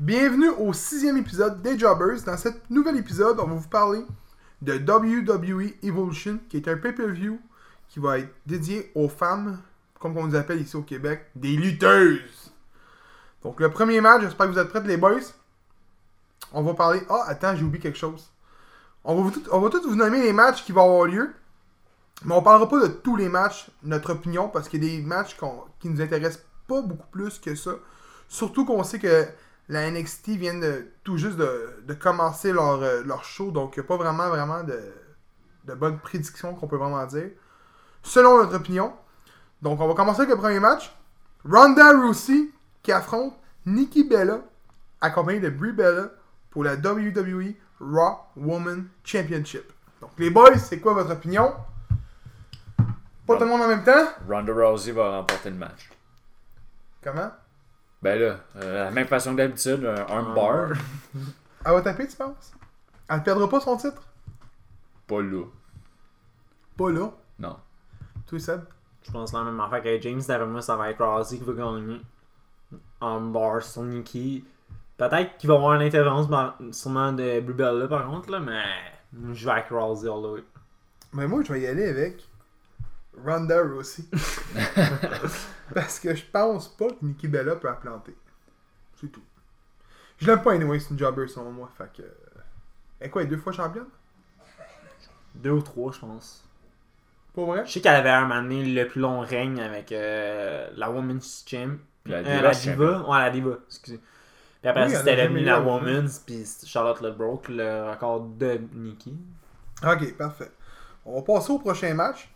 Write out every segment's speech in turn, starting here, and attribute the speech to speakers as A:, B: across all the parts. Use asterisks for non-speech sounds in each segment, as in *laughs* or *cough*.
A: Bienvenue au sixième épisode des Jobbers. Dans cet nouvel épisode, on va vous parler de WWE Evolution, qui est un pay-per-view qui va être dédié aux femmes, comme on nous appelle ici au Québec, des lutteuses. Donc le premier match, j'espère que vous êtes prêts les boys. On va parler... Ah, attends, j'ai oublié quelque chose. On va, vous tout- on va tous vous nommer les matchs qui vont avoir lieu. Mais on parlera pas de tous les matchs, notre opinion, parce qu'il y a des matchs qu'on- qui nous intéressent pas beaucoup plus que ça. Surtout qu'on sait que la NXT vient de, tout juste de, de commencer leur, euh, leur show, donc il n'y a pas vraiment, vraiment de, de bonnes prédictions qu'on peut vraiment dire. Selon notre opinion. Donc on va commencer avec le premier match. Ronda Rousey qui affronte Nikki Bella, accompagnée de Brie Bella pour la WWE Raw Woman Championship. Donc les boys, c'est quoi votre opinion? Pas tout le monde en même temps?
B: Ronda Rousey va remporter le match.
A: Comment?
B: Ben là, euh, la même façon que d'habitude, un armbar.
A: Elle va taper, tu penses? Elle ne perdra pas son titre?
B: Pas là.
A: Pas là.
B: Non.
A: Toi, Seb?
C: Je pense la même affaire que James. D'après moi, ça va être Rousey qui va gagner. En bar sur Nikki. Peut-être qu'il va y avoir une intervention par- sûrement de Brubella par contre, là, mais je vais avec Rousey all the way.
A: Mais moi, je vais y aller avec Ronda Rousey. Parce que je pense pas que Nikki Bella peut la planter. C'est tout. Je l'aime pas anyway, c'est une jobber selon moi. Fait que... Et quoi, elle est deux fois championne?
C: Deux ou trois, je pense.
A: Pour vrai?
C: Je sais qu'elle avait un moment donné le plus long règne avec euh, la Women's Champ.
B: La
C: Euh,
B: Divas
C: la
B: Champion.
C: Diva. Ouais, la Diva, excusez. Puis après,
A: Oui, elle
C: ça,
A: a
C: c'était
A: jamais
C: devenu
A: eu
C: la
A: la Women's.
C: Women's, puis Charlotte le broke le record de Nikki.
A: Ok, parfait. On va passer au prochain match,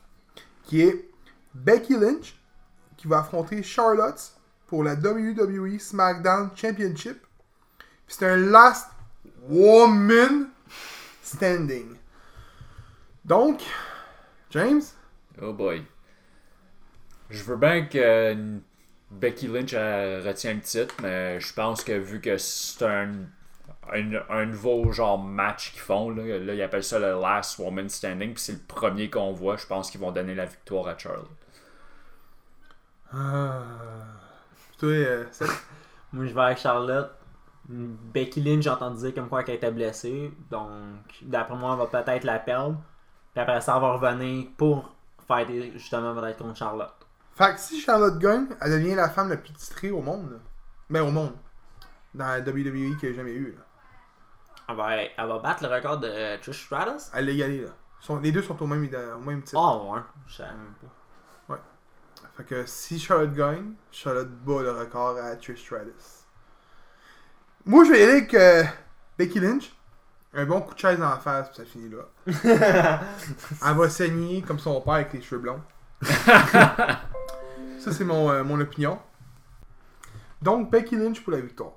A: qui est Becky Lynch, qui va affronter Charlotte pour la WWE SmackDown Championship. Puis c'est un Last Woman Standing. Donc, James,
B: Oh boy. Je veux bien que euh, Becky Lynch euh, retienne le titre, mais je pense que vu que c'est un, un, un nouveau genre match qu'ils font, là, là, ils appellent ça le Last Woman Standing, puis c'est le premier qu'on voit, je pense qu'ils vont donner la victoire à Charlotte.
A: Ah. toi, euh, Seth,
C: Moi, je vais avec Charlotte. Becky Lynch, j'ai entendu dire comme quoi qu'elle était blessée. Donc, d'après moi, elle va peut-être la perdre. Puis après ça, elle va revenir pour faire des- justement peut-être contre Charlotte.
A: Fait que si Charlotte gagne, elle devient la femme la plus titrée au monde. là. Mais au monde. Dans la WWE qu'il y a jamais eu. là.
C: Elle va, elle va battre le record de euh, Trish Stratus?
A: Elle l'a égalé. Là. Ils sont- les deux sont au même, au même titre.
C: Ah ouais, je savais même pas.
A: Fait que si Charlotte gagne, Charlotte bat le record à Trish Stratus. Moi, je vais y aller avec euh, Becky Lynch. Un bon coup de chaise en face, puis ça finit là. *laughs* Elle va saigner comme son père avec les cheveux *laughs* blonds. ça, c'est mon, euh, mon opinion. Donc, Becky Lynch pour la victoire.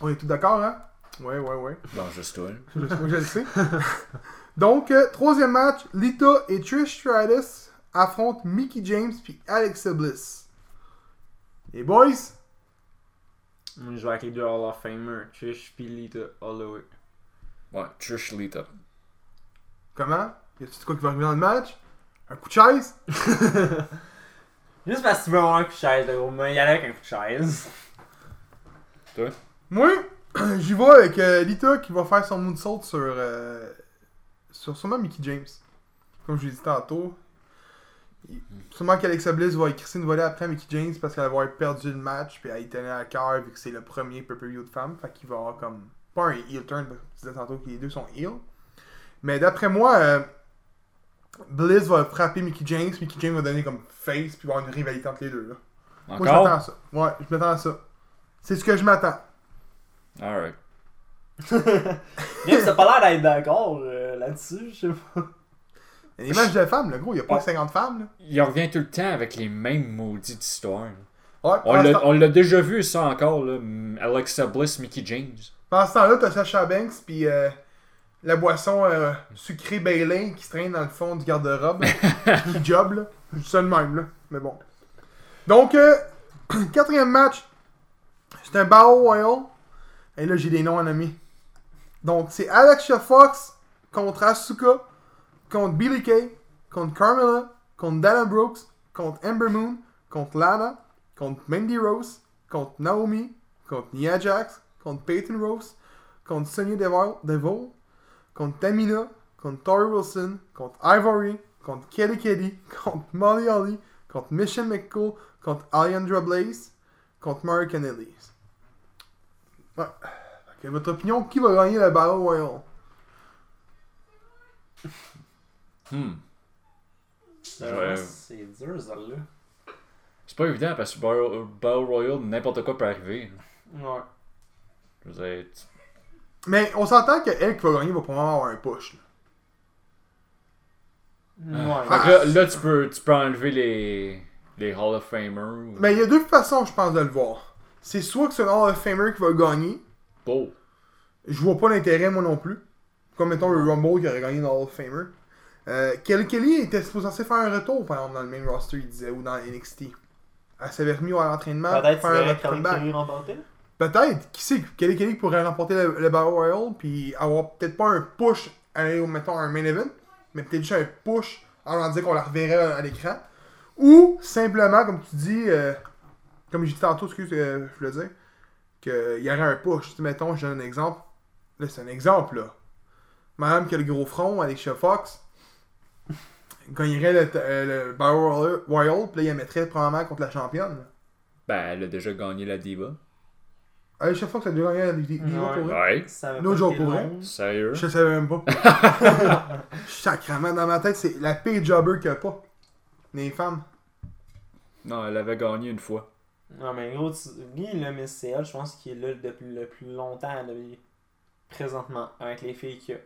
A: On est tous d'accord, hein? Ouais, ouais, ouais.
B: Bon, juste toi. là.
A: Je, moi, je le sais. *laughs* Donc, euh, troisième match, Lita et Trish Stratus affrontent Mickey James puis Alexa Bliss. Les boys,
C: Moi, je vais avec les deux Hall of Famer, Trish puis Lita all the way.
B: Ouais, Trish Lita.
A: comment Y a-tu de quoi qui va arriver dans le match Un coup de chaise
C: *laughs* Juste parce que tu veux avoir un coup de chaise, là, au moins, y aller avec un coup de *laughs* chaise.
B: Toi?
A: Moi, *clears throat* j'y vais avec euh, Lita qui va faire son moonsault sur. euh, sur sûrement Mickey James. Comme je l'ai dit tantôt. Il- Sûrement qu'Alexa Bliss va écrire une volée après Mickey James parce qu'elle va avoir perdu le match puis elle y tenait à cœur vu que c'est le premier pay-per-view de femme. Fait qu'il va avoir comme. Pas un heel turn parce que tu disais tantôt que les deux sont heel. Mais d'après moi, euh, Bliss va frapper Mickey James. Mickey James va donner comme face puis il va avoir une rivalité entre les deux. Là. Moi, je m'attends à
B: Encore?
A: ça. Ouais, je m'attends à ça. C'est ce que je m'attends.
B: Alright.
C: Même, ça a pas l'air d'être d'accord euh, là-dessus, je sais pas.
A: Les matchs de femmes, le gros, il n'y a pas 50 femmes. Là.
B: Il revient tout le temps avec les mêmes maudites histoires.
A: Ouais,
B: On
A: pendant ce
B: l'a-
A: temps-
B: on l'a déjà vu ça encore, là. M- Alexa Bliss, Mickey James.
A: pendant ce temps-là, t'as Sacha Banks, puis euh, la boisson euh, sucrée Bailey qui se traîne dans le fond du garde-robe,
B: *laughs*
A: qui job, là. Je dis ça de même, là. Mais bon. Donc, euh, *clears throat* quatrième match, c'est un Battle Royale. Et là, j'ai des noms à nommer. Donc, c'est Alexa Fox contre Asuka, contre Billy Kay, contre Carmella, contre Dana Brooks, contre Ember Moon, contre Lana, contre Mandy Rose, contre Naomi, contre Nia Jax, contre Peyton Rose, contre Sonya Deville, Deville, contre Tamina, contre Tori Wilson, contre Ivory, contre Kelly Kelly, *laughs* contre Molly Holly, contre Michelle McCool, contre Alejandra Blaze, contre Mary Kennedy. Ouais. Fait que votre opinion, qui va gagner la Battle Royale?
B: Hmm.
C: Ouais, C'est dur, ça, là.
B: C'est pas évident parce que Battle Battle Royale, n'importe quoi peut arriver.
C: Ouais.
B: Je veux dire, tu-
A: Mais on s'entend que elle qui va gagner va probablement avoir un push. là.
C: Ouais.
A: Ah,
B: Fait que là, là, tu, peux, tu peux enlever les, les Hall of Famers.
A: Mais il y a deux façons, je pense, de le voir. C'est soit que c'est un Hall of Famer qui va gagner.
B: Beau.
A: Je vois pas l'intérêt, moi non plus. Comme mettons le Rumble qui aurait gagné dans Hall of Famer. Euh, Kelly Kelly était censé faire un retour, par exemple, dans le même roster, il disait, ou dans NXT. Elle s'avait remis à l'entraînement pour
C: Peut-être
A: Hein? faire un
C: que
A: retour
C: quand
A: back.
C: Kelly remportait.
A: Peut-être, qui sait, Kelly Kelly pourrait remporter le, le Battle Royale, puis avoir peut-être pas un push, aller, mettons, un main event, mais peut-être juste un push en leur disant qu'on la reverrait à l'écran. Ou simplement, comme tu dis, euh, comme j'ai dit tantôt, excuse, euh, je voulais dire, qu'il y aurait un push. Tu sais, mettons, je donne un exemple. Là, c'est un exemple, là. Madame qui a le gros front, Alicia Fox, gagnerait le, t- euh, le Battle Royale- Royale, puis là, il la mettrait probablement contre la championne. là.
B: Ben, elle a déjà gagné la Diva.
A: Alicia Fox a déjà gagné la Ligue des Champions,
C: Ouais.
A: là.
B: Ouais.
C: Ça avait
A: No
C: pas
A: joke,
C: été
A: pour vrai.
C: long.
B: Sérieux?
A: Je savais même pas. Sacrement, dans ma tête, c'est la pire jobber qu'il n'y a pas. Les femmes.
B: Non, elle avait gagné une fois.
C: Non, mais gros, tu... lui, là, mais c'est elle, je pense, qui est là depuis le plus longtemps à WWE, présentement, avec les filles qu'il y a.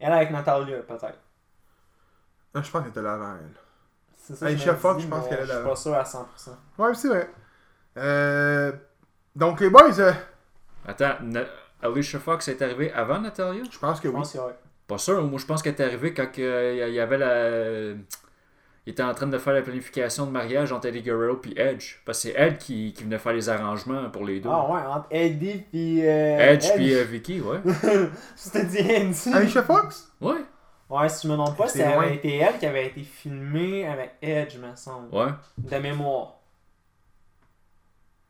C: Elle avec Natalia, peut-être.
A: Ah, Je pense qu'elle était là avant, elle.
C: C'est ça.
A: Hey,
C: que je
A: Chef
C: me dis,
A: Fox, je pense
C: mais
A: qu'elle est
C: Je suis
A: là-bas.
C: pas sûr à 100%.
A: Ouais, c'est vrai. Euh, Donc, les boys, euh,
B: Attends, Na- Alicia Fox est arrivée avant Natalia?
A: je pense que
C: Je
A: oui.
C: pense que ouais.
B: Pas sûr, moi je pense qu'elle est arrivée quand que, euh, il y avait la. Il était en train de faire la planification de mariage entre Eddie Guerrero et Edge. Parce que c'est Edge qui, qui venait faire les arrangements pour les deux.
C: Ah ouais, entre Eddie pis. Euh,
B: Edge puis
C: *laughs*
B: euh, Vicky, *laughs* ouais.
C: Je te dis Andy.
A: Alicia Fox
B: Ouais,
C: Ouais, si je me trompe pas,
A: C'est
C: ça
A: loin.
C: avait été elle qui avait été filmée avec Edge, me semble.
B: ouais.
C: De mémoire.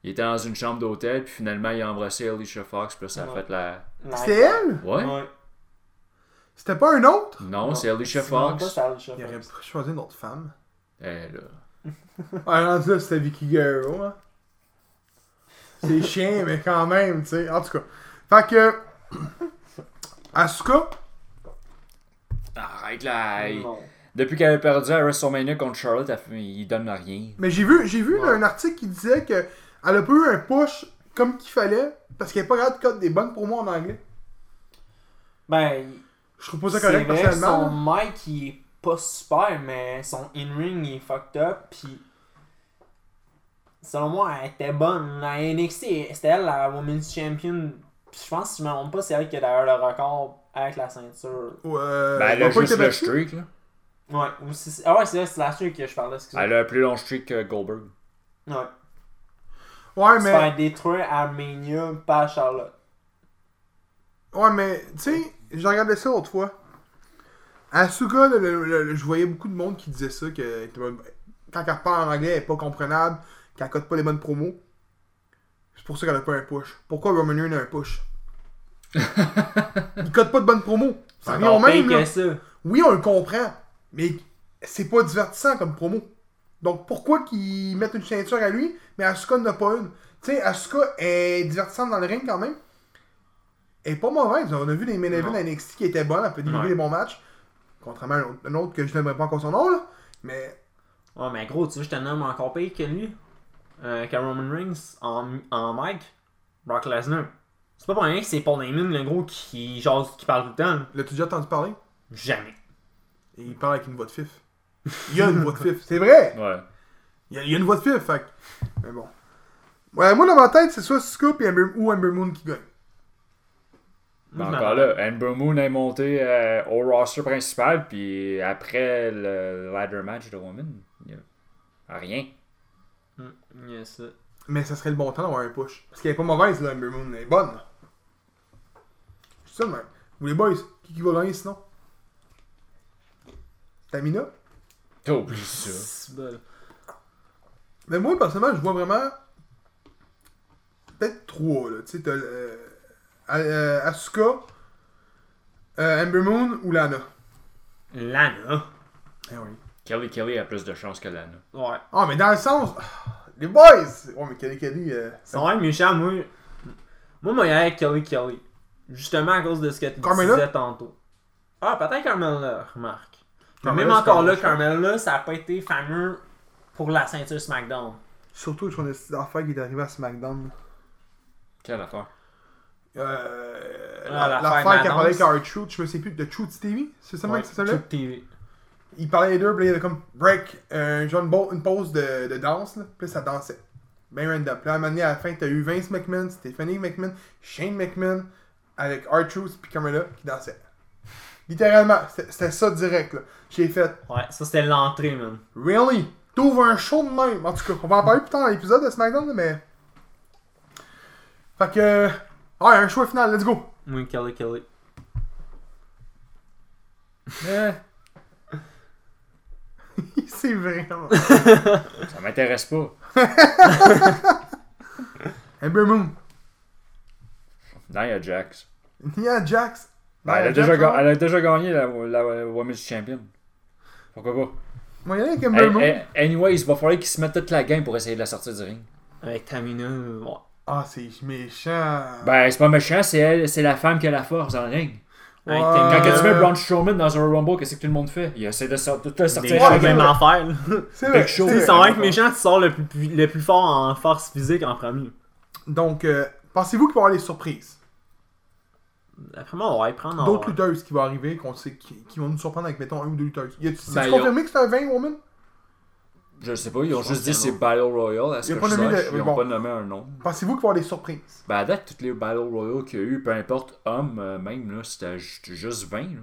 B: Il était dans une chambre d'hôtel, puis finalement il a embrassé Alicia Fox, puis là, ça a
C: Ouais.
B: fait la.
A: C'était elle
B: Ouais?
A: C'était pas un autre
B: Non,
C: Non.
B: c'est Alicia
C: Si je me trompe pas,
B: Fox.
C: c'est Alicia
A: Il aurait
C: Fox.
A: pas choisi une autre *laughs* femme.
B: Eh, là.
A: Ah, rendu là, c'était Vicky Guerrero. hein. C'est chiant, mais quand même, tu sais. En tout cas. Fait que. Asuka,
B: Arrête là! il-
C: Non.
B: Depuis qu'elle a perdu à WrestleMania contre Charlotte, elle fait- il donne rien.
A: Mais j'ai vu, j'ai vu
C: Ouais.
A: là, un article qui disait que elle a pas eu un push comme qu'il fallait parce qu'elle n'est pas capable de code des bonnes pour moi en anglais.
C: Ben,
A: Je trouve pas ça
C: C'est
A: correct
C: vrai que
A: personnellement.
C: son
A: là.
C: mic il est pas super, mais son in-ring il est fucked up. Puis selon moi, elle était bonne. La NXT, c'était elle la Women's Champion. Puis je pense, si je me trompe pas, c'est elle qui a d'ailleurs le record avec la ceinture.
A: Ou, euh,
B: Ben, elle
A: on
B: a
A: a pas
B: juste
A: été
B: le
A: battu.
B: streak, là.
C: Ouais, ou si- Ah ouais, c'est vrai, c'est la ceinture que je parlais, excusez
B: Elle a un plus long streak que Goldberg.
C: Ouais.
A: Ouais,
C: Elle se faire
A: Ah, mais,
C: détruire à Mania par Charlotte.
A: ouais, mais tu sais, j'ai regardé ça l'autre fois. Asuka, le- le- le- le- je voyais beaucoup de monde qui disait ça, que quand elle parle en anglais, elle est pas comprenable, qu'elle code pas les bonnes promos. C'est pour ça qu'elle a pas un push. Pourquoi Roman Reigns a un push Il code pas de bonnes promos. Ça revient au
C: Encore
A: même,
C: pire
A: là.
C: que ça.
A: Oui, on le comprend, mais c'est pas divertissant comme promo. Donc pourquoi qu'ils mettent une ceinture à lui, mais Asuka n'a pas une Tu sais, Asuka est divertissante dans le ring quand même. Elle est pas mauvaise. On a vu des main events
C: Non.
A: à NXT qui étaient bonnes, elle peut délivrer
B: Ouais.
A: des bons matchs. Contrairement à un autre, un autre que je n'aimerais pas encore son nom, là. Mais
C: Ouais, mais gros, tu veux, je te nomme encore pire que lui. Euh, que Roman Reigns en, en mic. Brock Lesnar. C'est pas pour rien que c'est Paul Heyman, le gros, qui jase, qui parle tout le temps.
A: l'as-tu déjà entendu parler?
C: Jamais.
A: Et il parle avec une voix de fif. Il y a une *laughs* voix de fif, c'est vrai!
B: Ouais.
A: Il y, a- il y a une voix de fif, fait que- Mais bon. Ouais, moi dans ma tête, c'est soit Scoop ou Amber Moon qui gagne.
B: Ben,
C: Je
B: encore là, Amber Moon est montée euh, au roster principal, puis après le ladder match de Woman, il y a rien.
C: m'attends. Mm, yes, ça.
A: Mais ça serait le bon temps d'avoir un push. Parce qu'elle est pas mauvaise, là, Amber Moon. Elle est bonne. C'est ça, le mec. Vous les boys, qui, qui va gagner sinon Tamina
B: T'as oublié ça.
C: C'est bon.
A: Mais moi, personnellement, je vois vraiment. Peut-être trois, là. Tu sais, t'as euh, euh, Asuka, euh, Ember Moon ou Lana.
C: Lana.
B: Kelly Kelly a plus de chance que Lana.
C: Ouais.
A: Ah, mais dans le sens. ah, Les boys! Ouais, mais Kelly Kelly. euh,
C: C'est vrai, méchant, moi. Moi, moi, avec Kelly Kelly. Justement à cause de ce que tu
A: Carmella?
C: disais tantôt. Ah, peut-être Carmella, remarque. Mais
A: Carmella,
C: même
A: c'est
C: encore là,
A: Carmella.
C: Carmella, ça a pas été fameux pour la ceinture SmackDown.
A: Surtout avec son esti d'affaire qui est arrivé à SmackDown.
B: Quelle affaire.
A: Euh,
C: Ah,
A: la-
C: l'affaire
A: L'affaire qui a parlé
C: Madance.
A: avec R. Truth, je me sais plus, de Truth Stevie, c'est ça mec,
C: Ouais,
A: que ça s'appelait?
C: Truth TV.
A: Il parlait les deux, puis là, il y avait comme break, euh, genre une, bo- une pause de, de danse, là, puis là, ça dansait. Ben random. Puis là, à un moment donné, à la fin, t'as eu Vince McMahon, Stephanie McMahon, Shane McMahon, avec R. Truth, puis Carmella, qui dansaient. Littéralement, c'était c'était ça direct, là. J'ai fait,
C: Ouais, ça c'était l'entrée, man.
A: Really? T'ouvres un show de même. En tout cas, on va en parler plus tard dans l'épisode de SmackDown, là, mais. Fait que. Ouais, un choix final, let's go! *laughs*
C: Oui, Kelly Kelly.
A: C'est vraiment.
B: Ça m'intéresse pas.
A: Ember Moon,
B: Nia Jax.
A: Nia Jax.
B: Ben, elle, a
A: Nia
B: déjà
A: Jax,
B: ga-
A: hein?
B: elle a déjà gagné la, la, la Women's Champion. Pourquoi pas?
A: Moi, il y en a avec Ember
B: Hey,
A: Moon.
B: hey, anyways, il va falloir qu'ils se mettent toute la game pour essayer de la sortir du ring.
C: Avec Tamina, euh, ouais.
A: Ah, c'est méchant.
B: Ben, c'est pas méchant, c'est elle, c'est la femme qui a la force dans le ring.
C: Avec
A: Ouais.
B: Quand
C: Tamina.
B: que tu mets
A: Euh.
B: Braun Strowman dans un Rumble, qu'est-ce que tout le monde fait? Il essaie de, sor- de te
C: euh, Des
B: sortir de
C: gens
B: la
A: ouais,
C: qui
B: game.
C: même
A: ouais.
C: enfer, là.
A: c'est vrai.
B: quelque chose.
A: c'est
C: Tu
A: vrai.
B: Ouais,
C: sais, sans être
B: ouais.
C: méchant, tu sors le plus, pu- le plus fort en force physique en premier.
A: Donc, euh, pensez-vous qu'il va y avoir des surprises?
C: Après moi, on va y
B: Ah,
C: prendre en
A: D'autres
C: ordre.
A: lutteuses qui vont arriver, qu'on sait, qui, qui vont nous surprendre avec, mettons, un ou deux lutteuses. Y a-tu
B: Ben,
A: c'est-tu
B: y a-
A: confirmé que c'est un 20 woman?
B: Je sais pas, ils ont
C: Je
B: juste dit
C: pense qu'il y en
B: c'est
C: a.
B: Battle Royale. À ce
A: Ils
B: que
A: ont pas
B: je
A: nommé
B: sache,
A: de-
B: ils
A: mais
B: ont
A: bon.
B: pas nommé un nom.
A: Pensez-vous qu'il va y avoir des surprises?
B: Ben, à date, toutes les Battle Royale qu'il y a eu, peu importe, homme, euh, même, là, c'était ju- juste 20. Là.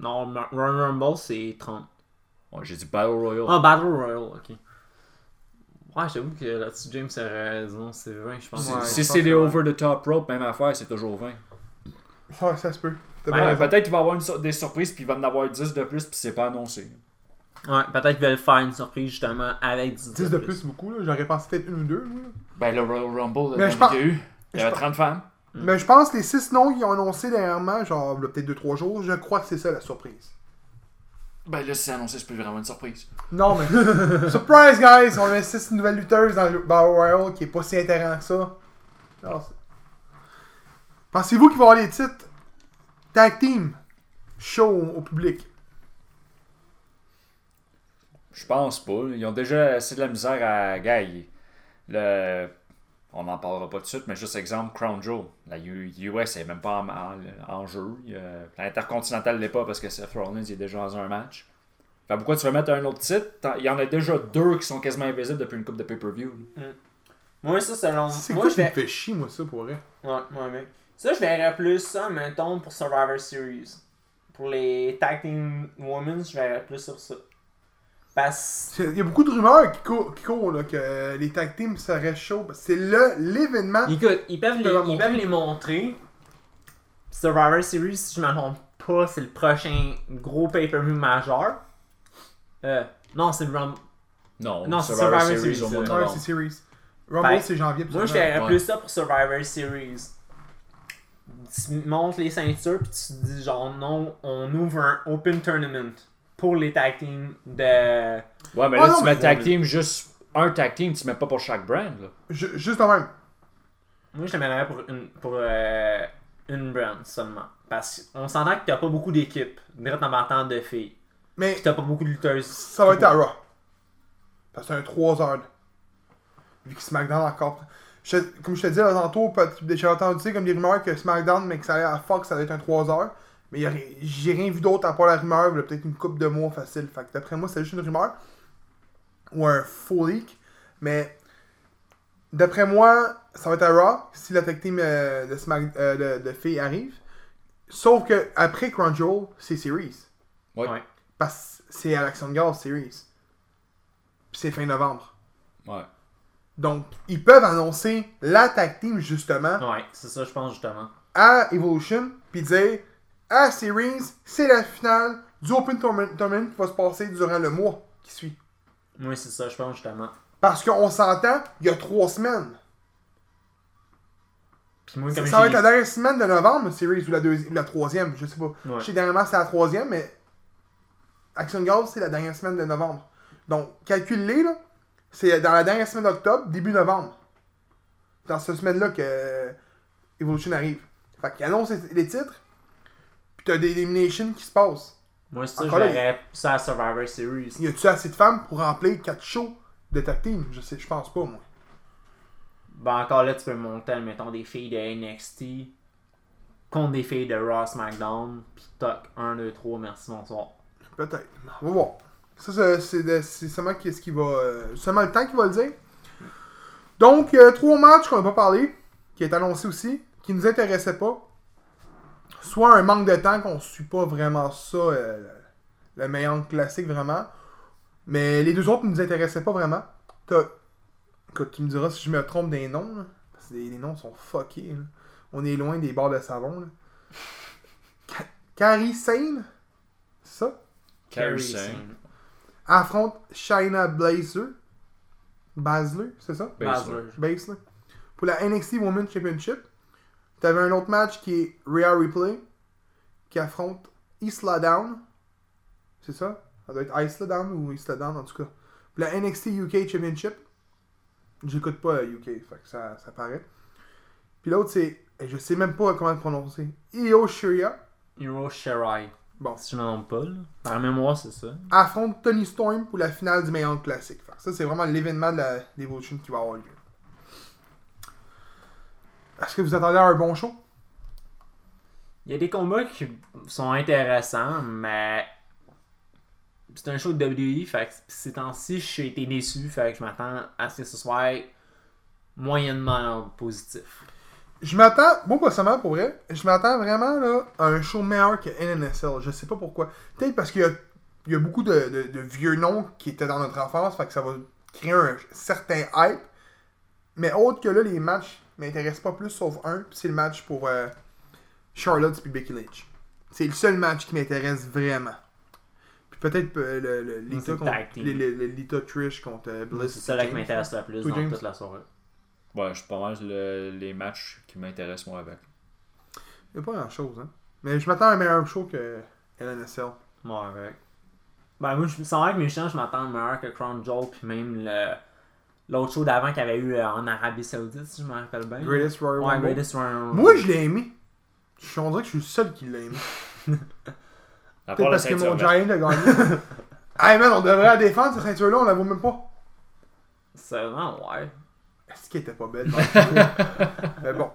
C: Non, Ma- Royal Rumble, c'est 30.
B: Ouais, J'ai dit Battle Royale.
C: Ah, Battle Royale, ok. Ouais, j'avoue que là-dessus, James a raison, c'est 20, je pense.
B: Si-
A: Ouais, je
B: si
A: pense
B: c'est
A: que
B: les
A: ouais.
B: over the top rope, même affaire, c'est toujours 20.
A: Ouais, ça se peut. T'as
C: Ben,
A: bien
B: Ouais,
A: raison.
B: Peut-être qu'il va y avoir une sur- des surprises, puis il va en avoir 10 de plus, puis c'est pas annoncé.
C: Ouais, peut-être qu'ils veulent faire une surprise justement avec du
A: 10 de plus, c'est beaucoup, là. J'aurais pensé peut-être une ou deux, moi, là.
B: Ben, le Royal Rumble,
A: Mais
B: là,
A: je
B: combien
A: pense-
B: il y a eu. Il
A: je
B: y avait
A: pense-
B: 30 femmes.
A: Mais je pense que les 6 noms qu'ils ont annoncés dernièrement, genre là, peut-être 2-3 jours, je crois que c'est ça la surprise.
B: Ben là, si c'est annoncé, c'est plus vraiment une surprise.
A: Non, mais. *laughs* Surprise, guys! On a 6 nouvelles lutteuses dans le Battle Royale qui est pas si intéressant que ça. Non, c'est- Pensez-vous qu'ils vont avoir les titres Tag Team show au, au public?
B: Je pense pas. Ils ont déjà assez de la misère à gagner. Le... On n'en parlera pas tout de suite, mais juste exemple, Crown Jewel. La U- US est même pas en, en- en jeu. Il y a- L'Intercontinental l'est pas parce que Seth Rollins il est déjà dans un match. Fait pourquoi tu veux mettre un autre titre T'en- Il y en a déjà deux qui sont quasiment invisibles depuis une coupe de pay-per-view.
C: Moi, ça, selon.
A: C'est
C: moi,
A: quoi
C: je
A: qui me
C: vais...
A: fait chier, moi, ça, pour vrai?
C: Ouais, moi, mec. Ça, je verrais plus ça, mettons, pour Survivor Series. Pour les Tag Team Women, je verrais plus sur ça. Parce.
A: C'est- Il y a beaucoup de rumeurs qui courent, qui courent, là, que euh, les Tag Team seraient chauds. parce que C'est le- l'événement.
C: Écoute, ils peuvent,
A: Je
C: les,
A: peux leur
C: ils
A: montrer.
C: peuvent les montrer. Survivor Series, si je me trompe pas, c'est le prochain gros pay-per-view majeur. Euh, non, c'est le Rumble.
B: Non,
C: Non,
B: Survivor,
C: Survivor
B: Series
C: Series,
B: au mois de
C: euh,
A: Ouais,
B: novembre.
A: c'est Series. Rumble,
C: Ben,
A: c'est janvier. puis
C: Moi, je
A: ça,
C: verrais
B: Ouais.
C: plus ça pour Survivor Series. Tu montes les ceintures, puis tu dis genre non, on ouvre un Open Tournament pour les tag teams de.
B: Ouais, mais
A: Ah
B: là,
A: non,
B: tu
A: mais-
B: mets tag team, juste un tag team, tu mets pas pour chaque brand. Là.
A: Ju- Juste en même.
C: Moi, je te mènerais pour une, pour, euh, une brand seulement. Parce qu'on s'entend que t'as pas beaucoup d'équipes, direct en partant de filles.
A: Mais
C: Puis t'as pas beaucoup de lutteuses.
A: ça va être à Raw. Parce que c'est un 3 heures. Vu que SmackDown encore. Je- comme je te disais là, tantôt, peut- j'ai entendu tu sais, comme des rumeurs que SmackDown, mais que ça allait à Fox, ça allait être un 3 heures. Mais y a ri- j'ai rien vu d'autre à part la rumeur, il y a peut-être une coupe de mois facile. Fait que d'après moi, c'est juste une rumeur. Ou un faux leak. Mais d'après moi, ça va être à Raw si la tech team euh, de, Smack, euh, de, de filles arrive. Sauf que après Crown Jewel, c'est Series.
B: Ouais.
C: Ouais.
A: Parce que c'est à l'Action Girl Series. Puis c'est fin novembre.
B: Ouais.
A: Donc, ils peuvent annoncer la tag team, justement,
C: Ouais, c'est ça, je pense justement.
A: à Evolution, puis dire à Series, c'est la finale du Open Tourna- Tournament qui va se passer durant le mois qui suit.
C: Moi, c'est ça, je pense justement.
A: Parce qu'on s'entend, il y a trois semaines.
C: Puis moi,
A: Ça,
C: comme
A: ça va
C: j'ai
A: être la dernière semaine de novembre, Series, ou la, deuxi- ou la troisième, je sais pas.
C: Ouais.
A: Je sais dernièrement c'est la troisième, mais Action Girls, c'est la dernière semaine de novembre. Donc, calculez, là, c'est dans la dernière semaine d'octobre, début novembre. Dans cette semaine-là que euh, Evolution arrive. Fait qu'ils annoncent les- les titres, puis t'as des eliminations qui se passent.
C: Moi, ça,
A: Encore
C: je
A: là,
C: l'aurais poussé à Survivor Series.
A: Y a-tu assez de femmes pour remplir 4 shows de tag team? Je sais, je pense pas, moi.
C: Ben, encore là, tu peux monter, mettons, des filles de NXT contre des filles de Raw SmackDown, puis toc, 1, 2, 3, merci, bonsoir.
A: Peut-être. On va voir. Ça, ça, c'est de- c'est seulement, qu'est-ce qui va, euh, seulement le temps qui va le dire. Donc, euh, trois matchs qu'on n'a pas parlé, qui est annoncé aussi, qui nous intéressaient pas. Soit un manque de temps qu'on ne suit pas vraiment ça, euh, le, le meilleur classique vraiment. Mais les deux autres ne nous intéressaient pas vraiment. T'as- Écoute, tu me diras si je me trompe des noms. là, parce que les, les noms sont fuckés. là. On est loin des bars de savon. Là. Ka- Kairi Sane, c'est ça?
B: Carrie Sane.
C: Sane.
A: affronte Shayna Blazer. Basler, c'est ça?
B: Baszler.
C: Baszler.
A: Basler. Pour la NXT Women's Championship, t'avais un autre match qui est Rhea Ripley qui affronte Isla Down. C'est ça? Ça doit être Isla Down ou Isla Down en tout cas. Pour la NXT UK Championship, j'écoute pas euh, UK, fait que ça, ça paraît. Puis l'autre c'est, et je sais même pas comment le prononcer, Io Shiria
C: Hiro Shirai.
A: Bon.
C: Si je me trompe pas, là. Par mémoire, c'est ça.
A: affronte Tony Storm pour la finale du meilleur classique. Fait que ça, c'est vraiment l'événement de la d'Evolution qui va avoir lieu. Est-ce que vous attendez à un bon show?
C: Il y a des combats qui sont intéressants, mais c'est un show de WWE, fait que ces temps-ci, j'ai été déçu, fait que je m'attends à ce que ce soit moyennement positif.
A: Je m'attends, moi personnellement pour vrai, je m'attends vraiment là, à un show meilleur que NNSL. Je sais pas pourquoi. Peut-être parce qu'il y a, il y a beaucoup de, de- de vieux noms qui étaient dans notre enfance, fait que ça va créer un certain hype. Mais autre que là, les matchs m'intéressent pas plus sauf un, puis c'est le match pour euh, Charlotte et Becky Lynch. C'est le seul match qui m'intéresse vraiment. Puis peut-être euh, le, le-
C: C'est
A: Lita
C: le
A: contre-
C: tag team.
A: le- le- le Lita Trish contre euh, Bliss.
C: C'est
A: et
C: celle qui
A: James. hein?
C: m'intéresse le plus
A: Toi,
C: dans
A: James?
C: toute la soirée.
B: Ouais, je suis pas mal le- les matchs qui m'intéressent moi avec.
A: Il y a pas grand chose, hein. Mais je m'attends à un meilleur show que NNSL.
C: Moi, avec. Ben, moi, je sens que mes chances, je m'attends meilleur que Crown Joe, puis même le l'autre show d'avant qu'il y avait eu euh, en Arabie Saoudite, si je me rappelle bien.
A: Greatest Royal
C: Ouais,
A: Rumble.
C: Greatest Royal Rumble.
A: Moi, je l'ai aimé. Je suis on dirait que je suis le seul qui l'a aimé.
B: À part
A: Peut-être
B: la
A: parce que
B: ceinture
A: mon
B: verte.
A: Giant a
C: *laughs*
A: gagné. hey man, on devrait la défendre, cette ceinture-là, on la vaut même pas.
C: Seulement, ouais.
A: Est-ce qu'elle était pas belle? par
C: *laughs*
A: contre? Mais bon.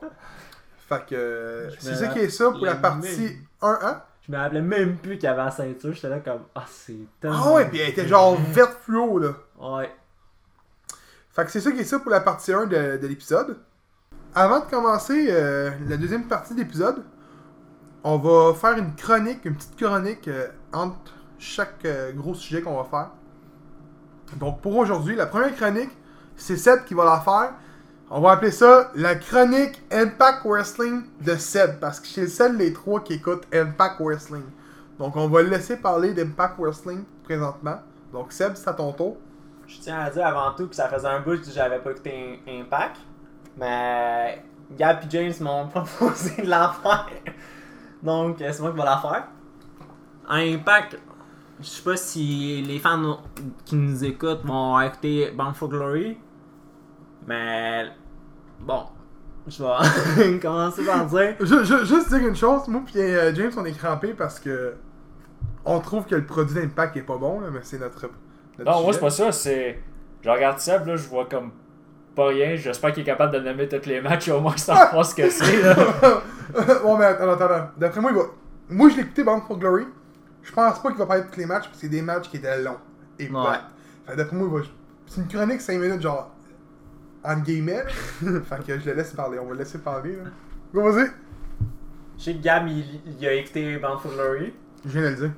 A: Fait que. euh,
C: Je
A: C'est
C: me
A: ça qui est ça pour la
C: l'ai
A: partie
C: aimé.
A: 1 hein?
C: Je me rappelais même plus qu'il y avait la ceinture, j'étais là comme, ah, c'est tellement.
A: Ah ouais, pis elle était genre verte fluo, là.
C: Ouais.
A: Fait que c'est ça qui est ça pour la partie 1 de, de l'épisode. Avant de commencer euh, la deuxième partie de l'épisode, on va faire une chronique, une petite chronique euh, entre chaque euh, gros sujet qu'on va faire. Donc pour aujourd'hui, la première chronique, c'est Seb qui va la faire. On va appeler ça la chronique Impact Wrestling de Seb, parce que c'est le seul des trois qui écoute Impact Wrestling. Donc on va le laisser parler d'Impact Wrestling présentement. Donc Seb, c'est à ton tour.
C: Je tiens à dire avant tout que ça faisait un bout que j'avais pas écouté un- Impact. Mais Gab et James m'ont *laughs* proposé de la faire. Donc euh, c'est moi qui vais la faire. Impact, je sais pas si les fans qui nous écoutent vont écouter Bound for Glory. Mais bon, je vais *laughs* commencer par dire.
A: Je, je- juste dire une chose, moi puis euh, James, on est crampés parce que on trouve que le produit d'impact est pas bon, là, mais c'est notre, notre
B: Non,
A: sujet.
B: moi c'est pas ça, c'est. Je regarde Seb, là, je vois comme pas rien. J'espère qu'il est capable de nommer tous les matchs, au moins sans
A: Ah!
B: voir ce
A: *laughs*
B: que c'est. là.
A: bon, mais attends, attends, attends. D'après moi, il va... moi je l'ai écouté Bound for Glory. Je pense pas qu'il va parler de tous les matchs parce que c'est des matchs qui étaient longs et
C: Ouais.
A: plats. Fait que d'après moi, il va... c'est une chronique 5 minutes, genre en guillemets. *laughs* fait que je le laisse parler, on va le laisser parler. Là. Bon, vas-y.
C: Je sais que Gab il, il a écouté Bound for Glory.
A: Je viens de le dire.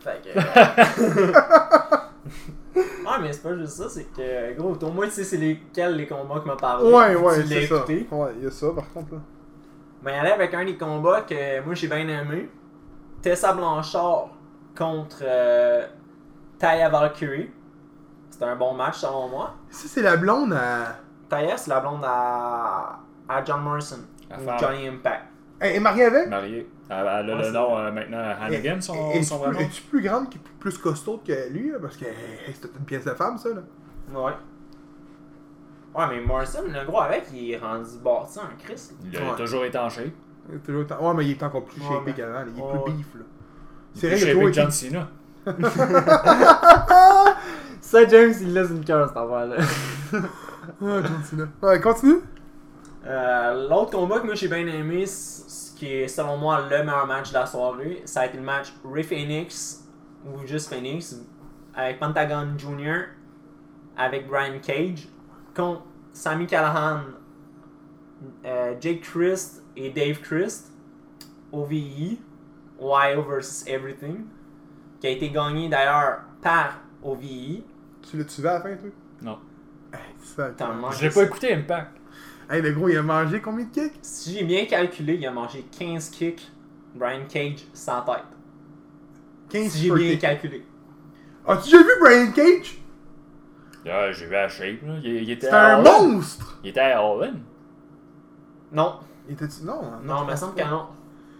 C: Fait
A: *laughs*
C: que. euh, ouais, mais c'est pas juste ça, c'est que, gros, au moins tu sais c'est lesquels les combats qui m'a parlé.
A: Ouais,
C: puis
A: ouais,
C: tu l'as
A: c'est ça.
C: écouté.
A: Ouais, il y a ça par contre. Là.
C: Mais aller avec un des combats que moi j'ai bien aimé Tessa Blanchard contre euh, Taya Valkyrie. C'était un bon match selon moi.
A: Ça, c'est la blonde à.
C: Taya, c'est la blonde à, à John Morrison.
B: à
C: Ou
B: faire.
C: Johnny Impact.
A: Elle est mariée avec?
B: Mariée. Elle, elle a
C: Ah,
B: le
C: c'est
B: nom euh, maintenant Hannigan, son,
A: est,
B: son vrai nom.
A: tu plus grande, que- plus costaud que lui? là? Parce que hey, c'est toute une pièce de femme, ça. Là.
C: Ouais. Ouais, mais Morrison, le gros avec, il est rendu bâti en Christ.
B: Il a
A: Ouais.
B: toujours étanché.
A: Il est toujours autant- Ouais, mais il est encore plus
C: Ouais,
A: shapé
C: mais-
A: qu'avant. là. Il est
C: Ouais.
A: plus beef. là.
B: Il
A: C'est
B: est
A: vrai, il a
B: shapé
A: toujours
B: que John
A: été- *laughs*
B: Cena.
C: Ça, James, il laisse une cœur, cette affaire-là. *laughs*
A: Ah, John Cena. Ouais, continue.
C: Euh, L'autre combat que moi j'ai bien aimé, c- ce qui est selon moi le meilleur match de la soirée, ça a été le match Ray Phoenix ou juste Phoenix avec Pentagon Jr. avec Brian Cage contre Sammy Callahan, euh, Jake Christ et Dave Christ OVE Why vs Everything qui a été gagné d'ailleurs par E. OVE.
A: Tu l'as tué à la fin, toi?
B: Non.
A: Hey, ça,
C: T'en
A: comment-
C: manques.
B: Je l'ai pas écouté, Impact.
A: Hey, le gros, il a mangé combien de kicks?
C: Si j'ai bien calculé, il a mangé 15 kicks Brian Cage sans tête.
A: 15
C: Si j'ai
A: per
C: bien
A: kick.
C: calculé.
A: As-tu déjà vu Brian Cage?
B: Ah, J'ai vu la shape. là. Il, il était
A: C'est
B: à
A: un
B: All
C: Ah
B: In.
A: monstre!
B: Il était à Owen.
C: Non,
A: Il était-tu. Non, hein?
C: non, il me
A: je pense
C: semble
A: pas.
C: que non.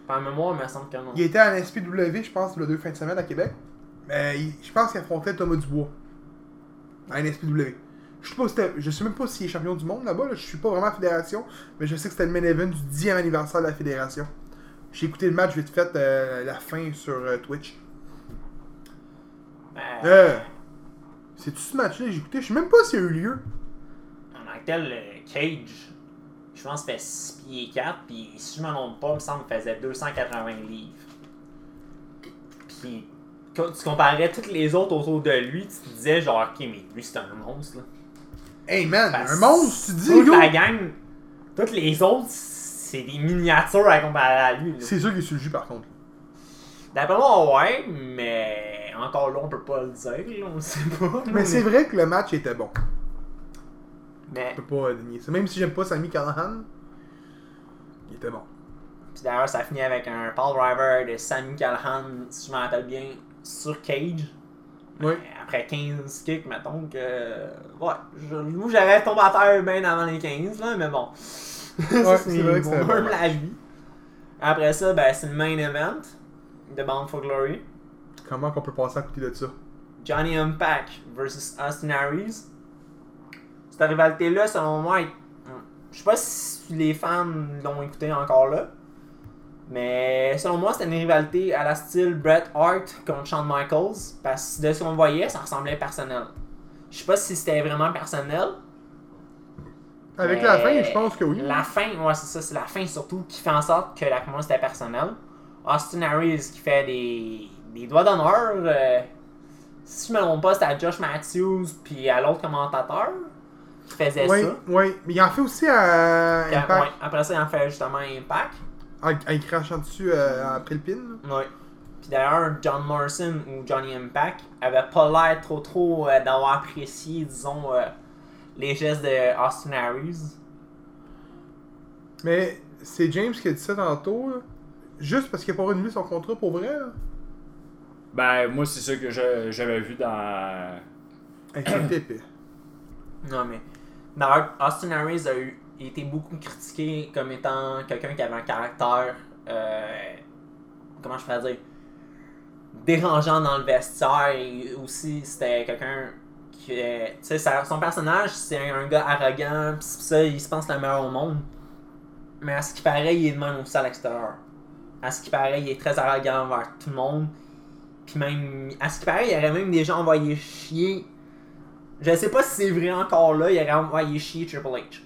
C: Par mémoire, il me semble que non.
A: Il était à la SPW, je pense, le deux fins de semaine à Québec. Mais il- je pense qu'il affrontait Thomas Dubois. À la SPW. Je sais, pas si c'était- je sais même pas s'il est champion du monde là-bas, là. je suis pas vraiment à la fédération, mais je sais que c'était le main event du 10e anniversaire de la fédération. J'ai écouté le match vite fait euh, la fin sur euh, Twitch.
C: Ben,
A: Euh, C'est-tu ce match-là que j'ai écouté? Je sais même pas s'il a eu lieu.
C: En tant que tel, le Cage, je pense qu'il fait 6 pieds 4, puis si je m'en trompe pas, il me semble qu'il faisait 280 livres. Puis, quand tu comparais toutes les autres autour de lui, tu te disais genre, ok, mais lui c'est un monstre là.
A: Hey man,
C: Ben,
A: un monstre, tu dis,
C: Toute
A: yo!
C: la gang, toutes les autres, c'est des miniatures à comparer à lui. là.
A: C'est sûr qu'il est sur le jus par contre.
C: D'après moi, ouais, mais encore là, on peut pas le dire, là, on le sait pas.
A: Mais c'est vrai que le match était bon.
C: Mais,
A: Je peux pas euh, nier ça. Même si j'aime pas Sami Callahan, il était bon.
C: puis d'ailleurs, ça finit avec un Paul Driver de Sammy Callahan, si je me rappelle bien, sur Cage.
A: Oui.
C: Mais Après 15 kicks, mettons que. Ouais, je, moi j'aurais tombé à terre bien avant les 15, là, mais bon. *laughs*
A: Ouais, c'est vrai que c'est un bon
C: la vie. Après ça, ben, c'est le main event de Bound for Glory.
A: Comment qu'on peut passer à côté de ça?
C: Johnny Impact versus Austin Aries. Cette rivalité-là, selon moi, est- je sais pas si les fans l'ont écouté encore là, mais selon moi, c'était une rivalité à la style Bret Hart contre Shawn Michaels, parce que de ce qu'on voyait, ça ressemblait personnel. Je sais pas si c'était vraiment personnel.
A: Avec
C: mais
A: la fin, je pense que oui.
C: Ben, La fin, ouais, c'est ça, c'est la fin surtout qui fait en sorte que la commande c'était personnel. Austin Aries qui fait des, des doigts d'honneur. euh, si je me trompe pas, c'était à Josh Matthews puis à l'autre commentateur qui faisait
A: Oui,
C: ça.
A: oui. Mais il en fait aussi à
C: Puis,
A: Impact,
C: ouais, après ça, il en fait justement un Impact.
A: en, en crachant dessus euh, après le pin. là.
C: Ouais. Puis d'ailleurs, John Morrison ou Johnny Impact avait pas l'air trop trop euh, d'avoir apprécié, disons, euh, les gestes de Austin Aries.
A: Mais c'est James qui a dit ça tantôt. là. Juste parce qu'il a pas renouvelé son contrat pour vrai. là.
B: Ben, moi, c'est ça que je- j'avais vu dans.
A: Hey, c'est épais.
C: Non, mais. D'ailleurs, Austin Harris a eu, été beaucoup critiqué comme étant quelqu'un qui avait un caractère. euh, comment je pourrais dire Dérangeant dans le vestiaire. Et aussi, c'était quelqu'un qui. est- Tu sais, sa- son personnage, c'est un gars arrogant, pis ça, il se pense le meilleur au monde. Mais à ce qui paraît, il est de même aussi à l'extérieur. À ce qui paraît, il est très arrogant envers tout le monde. Puis même, à ce qui paraît, il aurait même des gens envoyé chier je sais pas si c'est vrai encore là, il aurait envoyé chier Triple H.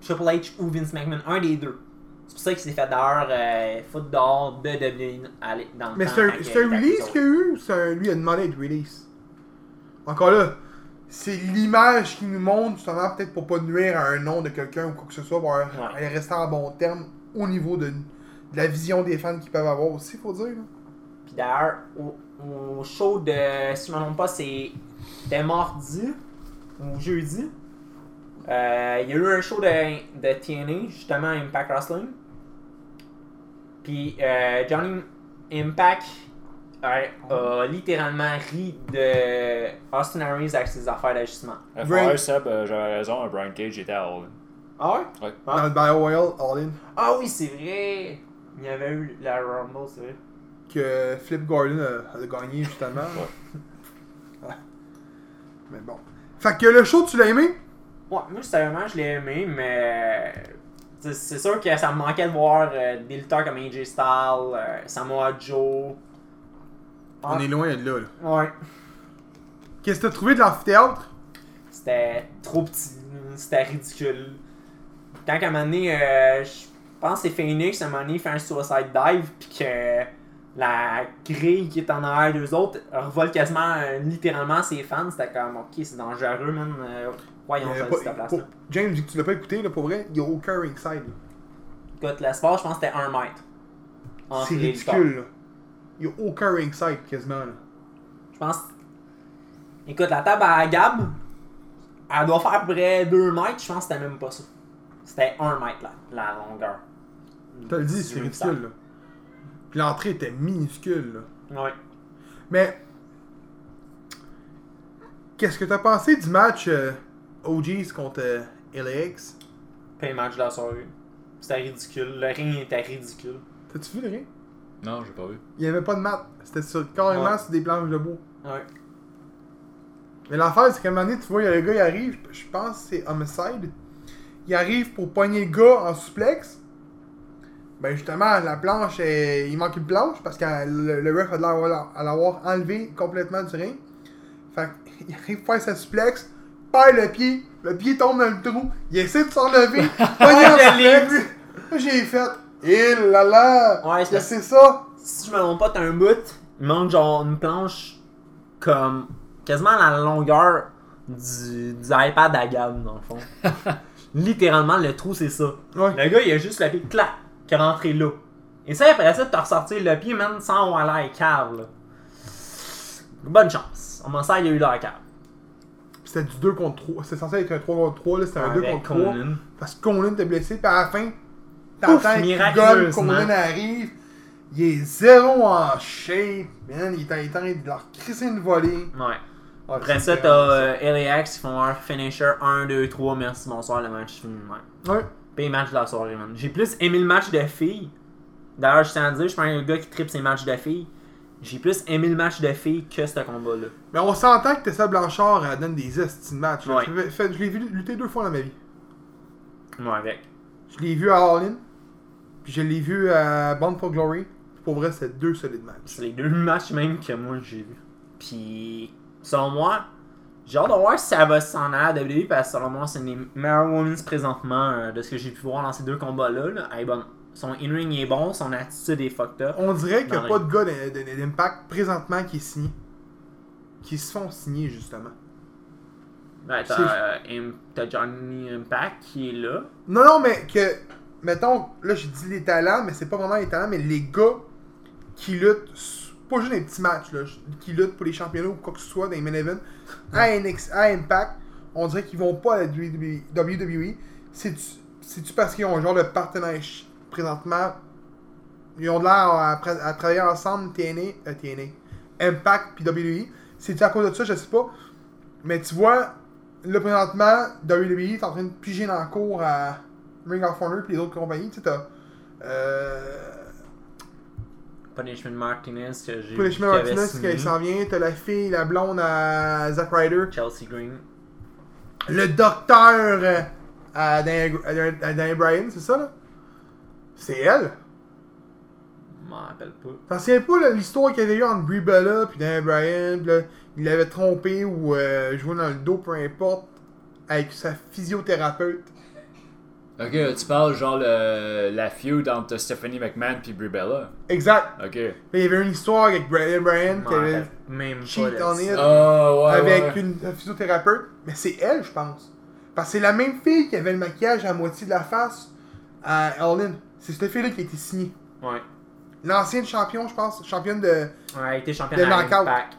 C: Triple H ou Vince McMahon, un des deux. C'est pour ça qu'il s'est fait d'ailleurs euh, foutre dehors de WWE aller E dans le
A: Mais
C: temps
A: c'est
C: quand
A: un,
C: il
A: c'est un
C: était avec
A: release
C: eux
A: qu'il y a eu ou c'est un- lui il a demandé d'être release Encore là, c'est l'image qui nous montre, justement, peut-être pour pas nuire à un nom de quelqu'un ou quoi que ce soit, pour un-
C: Ouais.
A: rester en bon terme au niveau de, de la vision des fans qu'ils peuvent avoir aussi, faut dire. là.
C: Puis d'ailleurs, au, au show de, si je me trompe pas, c'est c'était mardi ou jeudi. Euh, il y a eu un show de, de TNA, justement à Impact Wrestling. Puis euh, Johnny Impact a, a littéralement ri de Austin Aries avec ses affaires d'ajustement.
B: À
A: Brian-
B: faire, Seb, euh, j'avais raison, Brian Cage était à All In.
C: Ah ouais? Ah.
A: Dans le Battle Royale All In,
C: Ah oui, c'est vrai! Il y avait eu la Rumble, c'est vrai.
A: que Flip Gordon a, a gagné justement. Ouais. *laughs* Mais bon. Fait que le show, tu l'as aimé?
C: Ouais, moi, sérieusement, je l'ai aimé, mais. C'est c'est sûr que ça me manquait de voir euh, des lutteurs comme AJ Styles, euh, Samoa Joe.
A: On est loin de là. là.
C: Ouais.
A: Qu'est-ce que t'as trouvé de l'amphithéâtre?
C: C'était trop petit, c'était ridicule. Quand qu'à un moment donné, euh, je pense que c'est Phoenix, à un moment donné, il fait un suicide dive, puis que la grille qui est en arrière d'eux autres revole quasiment euh, littéralement ses fans. C'était comme, ok, c'est dangereux, man. Euh,
A: Il
C: voyons,
A: y
C: je
A: avait
C: vais
A: pas-
C: cette place-là.
A: pour- James, tu l'as pas écouté, là, pour vrai, il y a aucun ringside. là.
C: Écoute, l'espace, je pense que c'était un mètre. entre
A: C'est
C: les
A: ridicule. là. Il y a aucun ringside quasiment. là.
C: Je pense. Écoute, la table à Gab, elle doit faire à peu près 2 mètres. Je pense que c'était même pas ça. C'était 1 mètre, là, la longueur.
A: T'as le dit, c'est
C: Du
A: ridicule. Là. Puis l'entrée était minuscule. là.
C: Ouais.
A: Mais qu'est-ce que t'as pensé du match euh, OGs contre euh, LAX
C: Puis match de la soirée. C'était ridicule. Le ring était ridicule.
A: T'as-tu vu le ring
B: Non, j'ai pas vu.
A: Il y avait pas de mat. C'était sur- carrément
C: Ouais.
A: sur des planches de bois.
C: Ouais.
A: Mais l'affaire, c'est qu'à un moment donné, tu vois, il y a le gars, il arrive, je pense que c'est Homicide. Il arrive pour pogner le gars en suplex. Ben justement, la planche, est- il manque une planche parce que le, le ref a de l'air à l'avoir enlevé complètement du ring. Fait *laughs* qu'il arrive faire sa suplex, perd le pied, le pied tombe dans le trou, il essaie de
C: *laughs*
A: s'enlever, pogner en
C: Je l'ai
A: suplex. Moi, J'ai fait, et là là,
C: Ouais, c'est-
A: c'est ça.
C: Si je me trompe pas, t'as un bout. Il manque genre une planche comme quasiment la longueur du, du iPad à Gab, dans le *laughs* fond. Littéralement, le trou, c'est ça.
A: Ouais.
C: Le gars, il a juste le pied, clac, qui est rentré là. Et ça, après ça, t'as ressorti le pied, même sans aller à cave, là. Bonne chance. On m'en sert, il a eu la cave.
A: C'était du 2 contre 3. C'était censé être un 3 contre 3, là, c'était un 2
C: Avec
A: contre 3.
C: Conan.
A: Parce que Conan était blessé, puis à la fin,
C: Pouf,
A: t'entends que Gun,
C: miraculeusement.
A: Conan arrive, il est zéro en shape, man, il est en- il est en train de leur crisser une volée.
C: Ouais.
A: Ah,
C: Après
A: c'est
C: ça,
A: terrible,
C: t'as euh, LAX qui font un finisher 1, 2, 3, merci, bonsoir, le match est fini, ouais.
A: ça. Ouais.
C: Pis match de la soirée, man. J'ai plus aimé le match de filles. D'ailleurs, je tiens à dire, je suis pas un gars qui tripe ses matchs de filles. J'ai plus aimé le match de filles que ce combat-là.
A: Mais on s'entend que Tessa Blanchard, elle donne des estis de match. là.
C: Ouais.
A: Je l'ai fait- je l'ai vu lutter deux fois dans ma vie.
C: Moi, avec.
A: Je l'ai vu à All In, puis je l'ai vu à Bound for Glory. Pour vrai, c'est deux solides matchs.
C: C'est les deux matchs même que moi j'ai vu. Puis, selon moi, j'ai hâte de voir si ça va s'en aller à WWE parce que selon moi, c'est les meilleures women's présentement euh, de ce que j'ai pu voir dans ces deux combats-là. là. Elle est bonne. Son in-ring est bon, son attitude est fucked up.
A: On dirait qu'il n'y a
C: Non,
A: pas de gars de- de- de- d'impact présentement qui est signé. Qui se font signer, justement.
C: Ben, t'as
A: C'est-
C: euh, Im- t'as Johnny Impact qui est là.
A: Non, non, mais que. Mettons, là, j'ai dit les talents, mais c'est pas vraiment les talents, mais les gars qui luttent, s- pas juste dans les petits matchs, là, qui luttent pour les championnats ou quoi que ce soit, dans les main events, à, NXT, à Impact, on dirait qu'ils vont pas à la E, WWE. WWE. C'est-tu c'est-tu parce qu'ils ont genre le partenariat présentement Ils ont de l'air à, à- à travailler ensemble, TNA, euh, TNA, Impact puis WWE. C'est-tu à cause de ça, je sais pas. Mais tu vois, là présentement, WWE est en train de piger dans le cours à Ring of Honor puis les autres compagnies. Tu sais, t'as. Euh,
C: Punishment Martinez que j'ai
A: Punishment
C: vu qui avait
A: Martinez
C: signé.
A: qui s'en vient, t'as la fille, la blonde à Zack Ryder,
C: Chelsea Green.
A: le docteur euh, à Daniel, à Daniel- à Daniel Bryan, c'est ça là C'est elle
C: Je m'en rappelle pas.
A: T'en souviens pas là, l'histoire qu'il y avait eu entre Brie Bella puis Daniel Bryan, puis là, il l'avait trompé ou euh, joué dans le dos, peu importe, avec sa physiothérapeute.
B: Ok, tu parles genre le, la feud entre Stephanie McMahon puis Brie Bella.
A: Exact.
B: Ok.
A: Mais il y avait une histoire avec Daniel Bryan qui
C: Je m'en
A: avait
C: rappelle même
A: cheat
C: pas de
A: on
C: ça.
A: it.
B: Ah ouais.
A: avec
B: ouais.
A: une un physiothérapeute, mais c'est elle, je pense. Parce que c'est la même fille qui avait le maquillage à moitié de la face à Ellen. C'est cette fille-là qui a été signée.
C: Ouais.
A: L'ancienne champion, je pense, championne de.
C: Ouais, elle était championne
A: De
C: à
A: knockout.
C: Impact.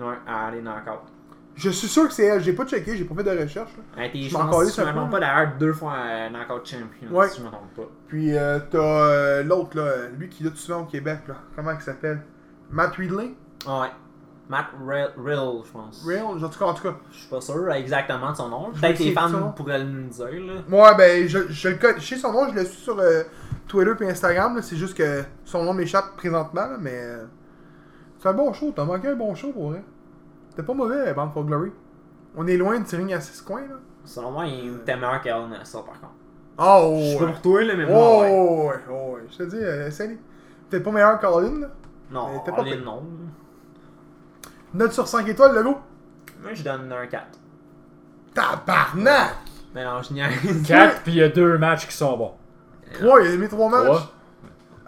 C: Ouais, elle est knockout.
A: Je suis sûr que c'est elle. J'ai pas checké, j'ai pas fait de recherche. là.
C: Elle a été,
A: Je
C: je
A: m'en
C: pense,
A: calais,
C: si je
A: ça
C: me trompe
A: peut.
C: pas, d'ailleurs, deux fois euh, knockout champion,
A: hein. Ouais.
C: si je me trompe pas.
A: Puis euh, t'as euh, l'autre, là, lui qui lutte souvent au Québec, là. Comment il s'appelle Matt Ridley
C: Ah ouais. Matt Rill, Rill, je pense.
A: Real, en tout cas, en tout cas.
C: Je suis pas sûr euh, exactement de son nom.
A: Je
C: Peut-être
A: sais
C: les
A: de son
C: fans
A: nom.
C: pourraient nous le dire, là.
A: Ouais, ben, je, je le connais. Je sais son nom, je le suis sur euh, Twitter et Instagram. là. C'est juste que son nom m'échappe présentement, là, mais. euh, C'est un bon show. T'as manqué un bon show pour vrai. C'était pas mauvais, Bound for Glory. On est loin de tirer à six coins, là.
C: Selon moi, il était meilleur qu'El Nassau, par contre.
A: Oh!
C: Je suis pas
A: ouais.
C: pour toi, là, mais moi,
A: Oh,
C: ouais.
A: ouais, oh, ouais. Je te dis, euh, essaye. Peut-être pas meilleur qu'Alin, là.
C: Non,
A: t'es pas
C: on est
A: pire.
C: non. là.
A: Note sur 5 étoiles, le go.
C: Moi, je donne un 4.
A: Tabarnak!
C: Mais non, je niaise.
B: 4, puis il y a deux matchs qui sont bons.
A: 3, il a mis 3 matchs.
B: Trois.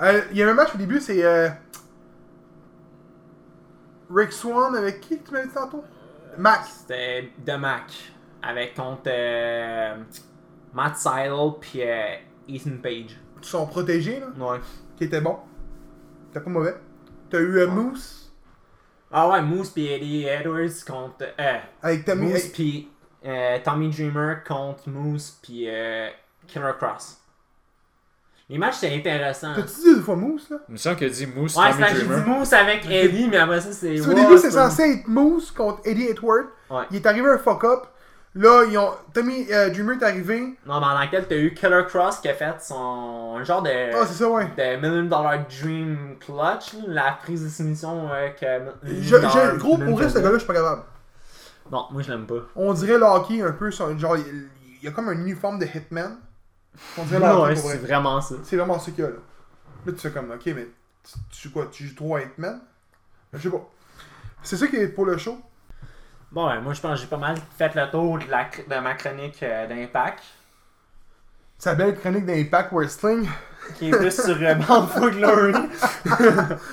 A: Euh, il y a un match au début, c'est. euh, Rick Swan avec qui que tu m'as dit tantôt Max.
C: C'était de Mac. Avec contre euh, Matt Seidel puis euh, Ethan Page.
A: Son protégé, là,
C: Ouais.
A: qui était bon. C'était pas mauvais. T'as eu euh,
C: Ouais.
A: Moose
C: Ah ouais, Moose puis Eddie Edwards contre. Euh,
A: avec Tommy.
C: Moose
A: avec-
C: puis euh, Tommy Dreamer contre Moose puis euh, Killer Cross. Les matchs c'était intéressant.
A: T'as-tu dit deux fois Moose, là
B: Il me semble qu'il a dit Moose,
C: Ouais, c'est
B: Tommy
C: parce que j'ai dit
B: Dreamer.
C: Moose avec Eddie, mais après ça c'est.
A: Parce
C: Wow,
A: qu'au début, c'est
C: ça-
A: censé être Moose contre Eddie Edward.
C: Ouais.
A: Il est arrivé un fuck-up. Là, ils ont... Tommy euh, Dreamer est arrivé.
C: Non, mais dans laquelle t'as eu Killer Cross qui a fait son. un genre de.
A: Ah, c'est ça, ouais.
C: de Million Dollar Dream Clutch, là, la prise de soumission euh, que.
A: Je, je, gros, pour vrai, ce gars-là, je suis pas capable.
C: Non, moi je l'aime pas.
A: On dirait le hockey un peu. sur- Genre, il il y a comme un uniforme de Hitman. On dirait le
C: Non,
A: hockey,
C: *laughs* ouais,
A: pour
C: c'est
A: vrai.
C: vraiment ça.
A: C'est vraiment ce qu'il y a là. Là, tu fais comme, ok, mais tu, tu quoi Tu joues trois Hitman Je sais pas. C'est ça qui est pour le show.
C: Bon, ouais, moi je pense que j'ai pas mal fait le tour de, la, cr- de ma chronique euh, d'impact,
A: Sa belle chronique d'Impact Wrestling. *laughs*
C: qui est plus sur euh, *laughs* Bound for Glory.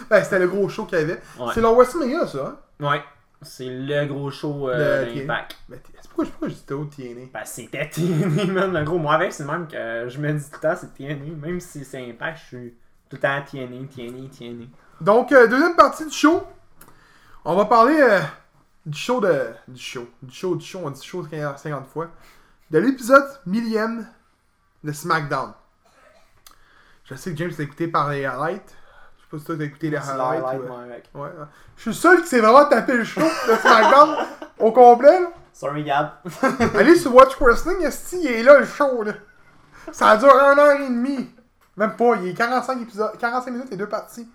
A: Ben, c'était le gros show qu'il y avait.
C: Ouais.
A: C'est leur WrestleMania, ça. Hein?
C: Ouais, c'est le gros show euh,
A: Le TNA.
C: d'impact.
A: Ben, t- c'est pourquoi, pourquoi j'étais au TNA
C: Ben, c'était *laughs* TNA, man. Le gros, moi avec, c'est le même que euh, je me dis tout le temps, c'est TNA. Même si c'est Impact, je suis tout le temps E, TNA, TNA, TNA.
A: Donc, euh, deuxième partie du show. On va parler euh, du show de. Du show. Du show, du show. On dit show 50 fois. De l'épisode millième de SmackDown. Je sais que James l'a écouté par les highlights. Je sais pas si toi t'as écouté les
C: C'est l'highlight,
A: highlights. ou-
C: moi avec.
A: Ah, Ouais, ouais. Je suis seul qui s'est vraiment tapé le show de SmackDown au complet. là.
C: Sorry, Gab.
A: *laughs*
C: *laughs*
A: Allez sur Watch Wrestling, esti, il est là le show. Là. Ça dure une heure et demie. Même pas, il est 45, épisodes, 45 minutes et deux parties.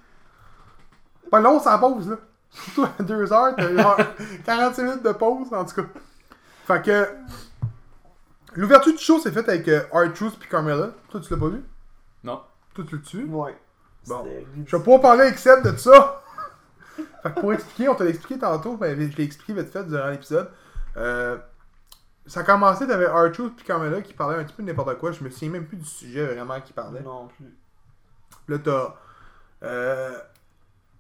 A: Pas long sans pause, là. *laughs* Surtout à deux heures, t'as une *laughs* heure- 45 minutes de pause, en tout cas. Fait que. L'ouverture du show s'est faite avec euh, R-Truth puis Carmella. Toi, tu l'as pas vu
B: Non.
A: Toi, tu le tues
C: Ouais.
A: Bon.
C: C'était
A: Je vais pouvoir parler avec Seb de ça. fait que pour expliquer, on te l'a expliqué tantôt, mais je l'ai expliqué vite fait durant l'épisode. Euh, ça a commencé, t'avais R-Truth puis Carmela qui parlaient un petit peu de n'importe quoi. Je me souviens même plus du sujet vraiment qui parlait.
C: Non plus.
A: Là, t'as euh,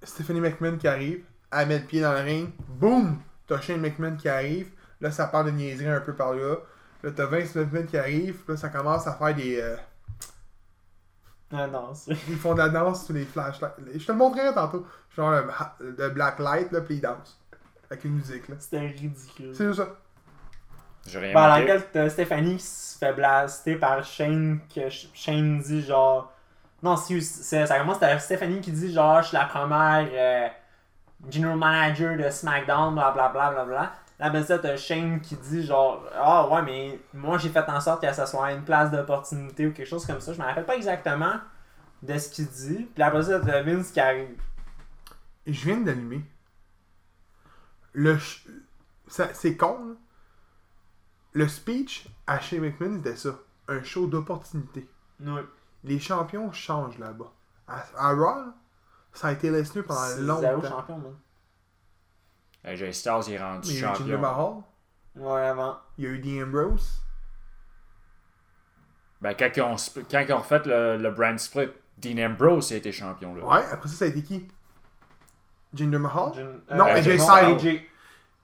A: Stephanie McMahon qui arrive. Elle met le pied dans le ring. Boum! T'as Shane McMahon qui arrive. Là, ça parle de niaiserie un peu par là. Là, t'as Vince McMahon qui arrive. Là, ça commence à faire des... euh,
C: Ah non, c'est. *laughs*
A: ils font de la danse sous les flashlights. Je te le montrerai tantôt. Genre le, ha- le black light, là, puis ils dansent. Avec une musique, là.
C: C'était ridicule.
A: C'est juste ça.
B: J'ai
A: Bah,
B: rien
C: Par
B: manqué.
C: laquelle t'as Stéphanie qui se fait blaster par Shane, que Sh- Shane dit genre. Non, si, c'est- ça commence par Stéphanie qui dit genre, je suis la première euh, general manager de SmackDown, blablabla. Bla, bla, bla. Là, ben ça, t'as Shane qui dit genre, ah ouais, mais moi j'ai fait en sorte que ça soit une place d'opportunité ou quelque chose comme ça. Je me rappelle pas exactement de ce qu'il dit. Puis après ça, t'as Vince qui arrive.
A: Je viens d'allumer. Le. ch- ça- C'est con, là. Le speech à Shane McMahon était ça. Un show d'opportunité.
C: Oui.
A: Les champions changent là-bas. À, à Raw, là, ça a été Lesnar pendant
C: C'est zéro
A: longtemps.
C: champion, man.
B: Euh, Jay Stars, il est rendu
A: Il y a eu Jinder
B: champion.
A: Mahal.
C: Ouais, avant.
A: Il y a eu Dean Ambrose.
B: Ben, quand ils ont, sp- quand ils ont refait le, le brand split, Dean Ambrose a été champion. Là.
A: Ouais, après ça, ça a été qui Jinder Mahal
C: Jin-
A: Non,
C: euh,
A: AJ
C: non,
A: Styles.
C: AJ.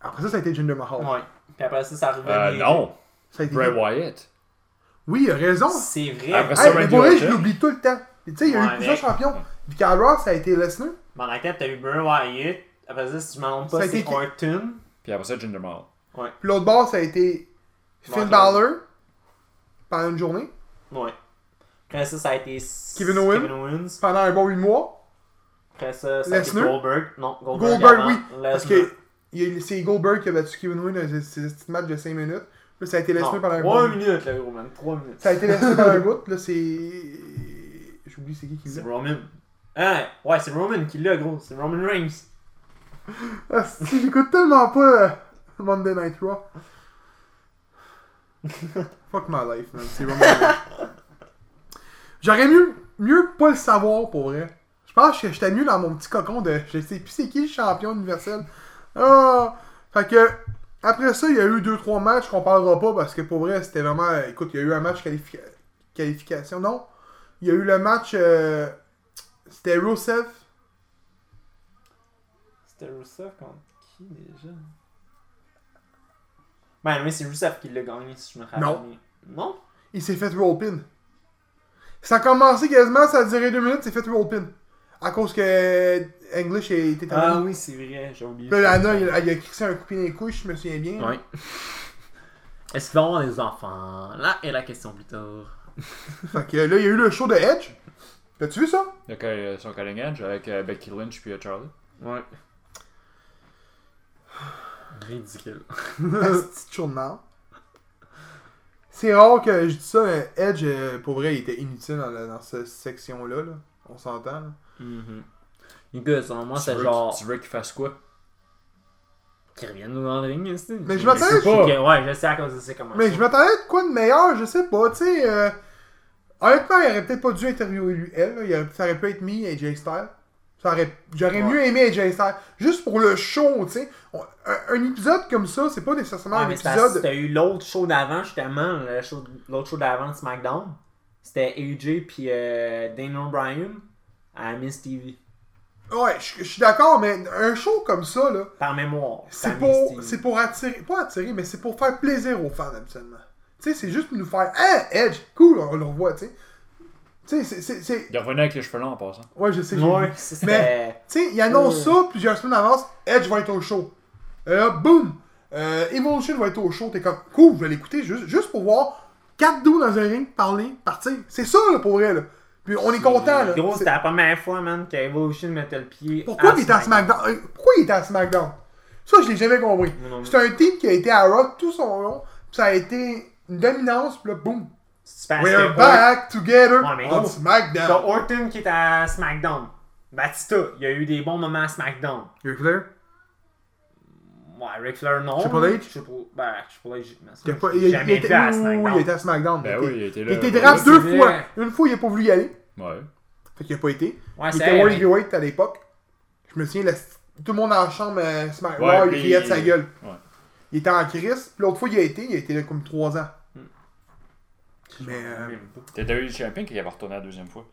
A: Après ça, ça a été Jinder Mahal.
C: Ouais. Puis après ça, ça revenait.
B: Euh, non,
A: Ça a été
B: Bray
A: qui?
B: Wyatt.
A: Oui, il a raison.
C: C'est vrai.
B: Après ça,
A: Hey, mais
B: Randy
A: pour vrai,
B: Orton.
A: je l'oublie tout le temps. Tu sais, il y a
C: Ouais,
A: eu plusieurs
C: mais-
A: champions. Puis Kyle Ross, ça a été Lesnar.
C: Dans la tête, t'as eu Bray Wyatt. Après ça, si je m'en trompe
A: Ça
C: pas,
A: a
C: c'est
A: été qui?
C: Orton.
B: Puis après ça, Jinder Mahal.
A: Puis l'autre bord, ça a été Finn
C: Mark
A: Balor pendant une journée,
C: Ouais. Après ça, ça a été s-
A: Kevin Owens.
C: Kevin Owens.
A: pendant un bon 8 mois.
C: Après ça, ça c'est
A: Lesnar?
C: Goldberg. Non, Goldberg.
A: Goldberg,
C: avant.
A: oui.
C: Lesnar.
A: Parce que il y a- c'est Goldberg qui a battu Kevin Owens dans ses petits matchs de 5 minutes. Là, ça a été Lesnar
C: Non,
A: pendant un
C: trois
A: bout.
C: minutes, le gros man. 3 minutes.
A: Ça a été Lesnar pendant un bout. Là, c'est. J'oublie c'est qui qui
C: C'est
A: l'a.
C: Roman. Ah, ouais, c'est Roman qui l'a, gros. C'est Roman Reigns.
A: Ah, si, j'écoute tellement pas euh, Monday Night Raw. Fuck my life, man. C'est vraiment. J'aurais mieux, mieux pas le savoir pour vrai. Je pense que j'étais mieux dans mon petit cocon de. Je sais plus c'est qui le champion universel. Ah! Fait que. Après ça, il y a eu 2-3 matchs qu'on parlera pas parce que pour vrai, c'était vraiment. euh, Écoute, il y a eu un match qualifi- qualification. Non. Il y a eu le match. euh, C'était Rusev.
C: C'était Rusev contre qui déjà Ben, mais c'est Rusev qui l'a gagné, si je me rappelle.
A: Non.
C: bien. Non
A: Il s'est fait rollpin. Ça a commencé quasiment, ça a duré deux minutes, il s'est fait rollpin. À cause que English était
C: Ah
A: terminé.
C: oui, c'est vrai, j'ai oublié.
A: Puis là, Lana, il, il a crissé un coup dans les couilles, je me souviens bien.
C: Ouais. *laughs* Est-ce qu'il va avoir des enfants Là est la question plus tard.
A: Fait que là, il y a eu le show de Edge. T'as-tu vu
C: *laughs*
A: ça?
B: Donc, euh, son calling edge avec euh, Becky Lynch puis euh, Charlie.
C: Ouais. Ridicule.
A: Asti de show de merde. C'est rare que je dis ça, mais Edge, euh, pour vrai, il était inutile dans, la- dans cette section-là. là. On s'entend. là.
C: Les gars, selon moi,
B: Tu
C: c'est
B: veux-
C: genre.
B: Tu veux qu'il fasse quoi
C: Qu'ils reviennent dans le ring, c'est.
A: Mais je m'attendais-
B: Je sais
C: Ouais, je sais à cause de ça comment.
A: Mais
C: ça.
A: je m'attendais de quoi de meilleur, je sais pas, tu sais. euh, Honnêtement, il aurait peut-être pas dû interviewer lui, elle. là. Il aurait- ça aurait pu être mis AJ Styles. Ça aurait- J'aurais
C: Ouais.
A: mieux aimé AJ Styles. Juste pour le show, tu sais. On- Un, un épisode comme ça, c'est pas nécessairement
C: Ouais,
A: un
C: mais c'était-
A: épisode.
C: C'était eu l'autre show d'avant, justement, le show- l'autre show d'avant de SmackDown. C'était AJ puis euh, Daniel Bryan à Miss TV.
A: Ouais, je je suis d'accord, mais un show comme ça, là,
C: Par mémoire. c'était à
A: c'est
C: Miss
A: pour,
C: TV.
A: c'est pour attirer. Pas attirer, mais c'est pour faire plaisir aux fans, habituellement. Tu sais, c'est juste pour nous faire. Hein, Edge, cool, on le revoit, tu sais. Tu sais, c'est- c'est- c'est.
B: Il revenait avec les cheveux longs en passant.
A: Ouais, je sais. j'ai vu.
C: Ouais, c'est- c'était.
A: Tu sais, ils annoncent ça plusieurs semaines d'avance, Edge va être au show. Et là, boum! Euh, Evolution va être au show, t'es comme, cool, je vais l'écouter juste, juste pour voir 4 dos dans un ring parler, partir. C'est ça, là, pour elle. Puis on est content, là.
C: Gros,
A: C'est-
C: c'était la première fois, man, qu'Evolution mettait le pied.
A: Pourquoi
C: à
A: il est à SmackDown? Euh, Pourquoi il est à SmackDown? Ça, je l'ai jamais compris.
C: Moi non plus.
A: C'est un team qui a été à Rock tout son long, puis ça a été une dominance, puis là, boum!
C: Ah, C'est parce que-
A: We're back together
C: Ouais, mais
A: on
C: gros, T'as
A: SmackDown!
C: Orton qui est à SmackDown. Batista, il y a eu des bons moments à SmackDown.
A: Ric Flair?
C: Ouais, Ric Flair, non.
A: Triple H?
C: Triple- Ben, Triple H, mais
A: Il a pas-
C: je l'ai
A: il a- il
C: jamais
A: était-
C: vu à
A: ouh,
C: SmackDown.
A: il était à SmackDown.
B: Ben
A: il
B: oui,
A: était-
B: il était
A: Il
B: là.
A: était
B: ouais.
A: draft
C: c'est
A: deux
C: vrai.
A: fois. Une fois, il a pas voulu y aller.
B: Ouais.
A: Fait qu'il a pas été.
C: Ouais,
A: il
C: c'est
A: était
C: vrai,
A: World
C: mais-
A: Heavyweight à l'époque. Je me souviens, la- tout le monde dans la chambre, euh, Smack
B: Ouais,
A: Raw, il
B: puis-
A: riait de sa gueule.
B: Ouais.
A: Il était en crise. Puis l'autre fois, il a été, il a été là comme 3 ans. Mais, euh,
C: Même pas.
B: T'as eu le champion qui avait retourné la deuxième fois.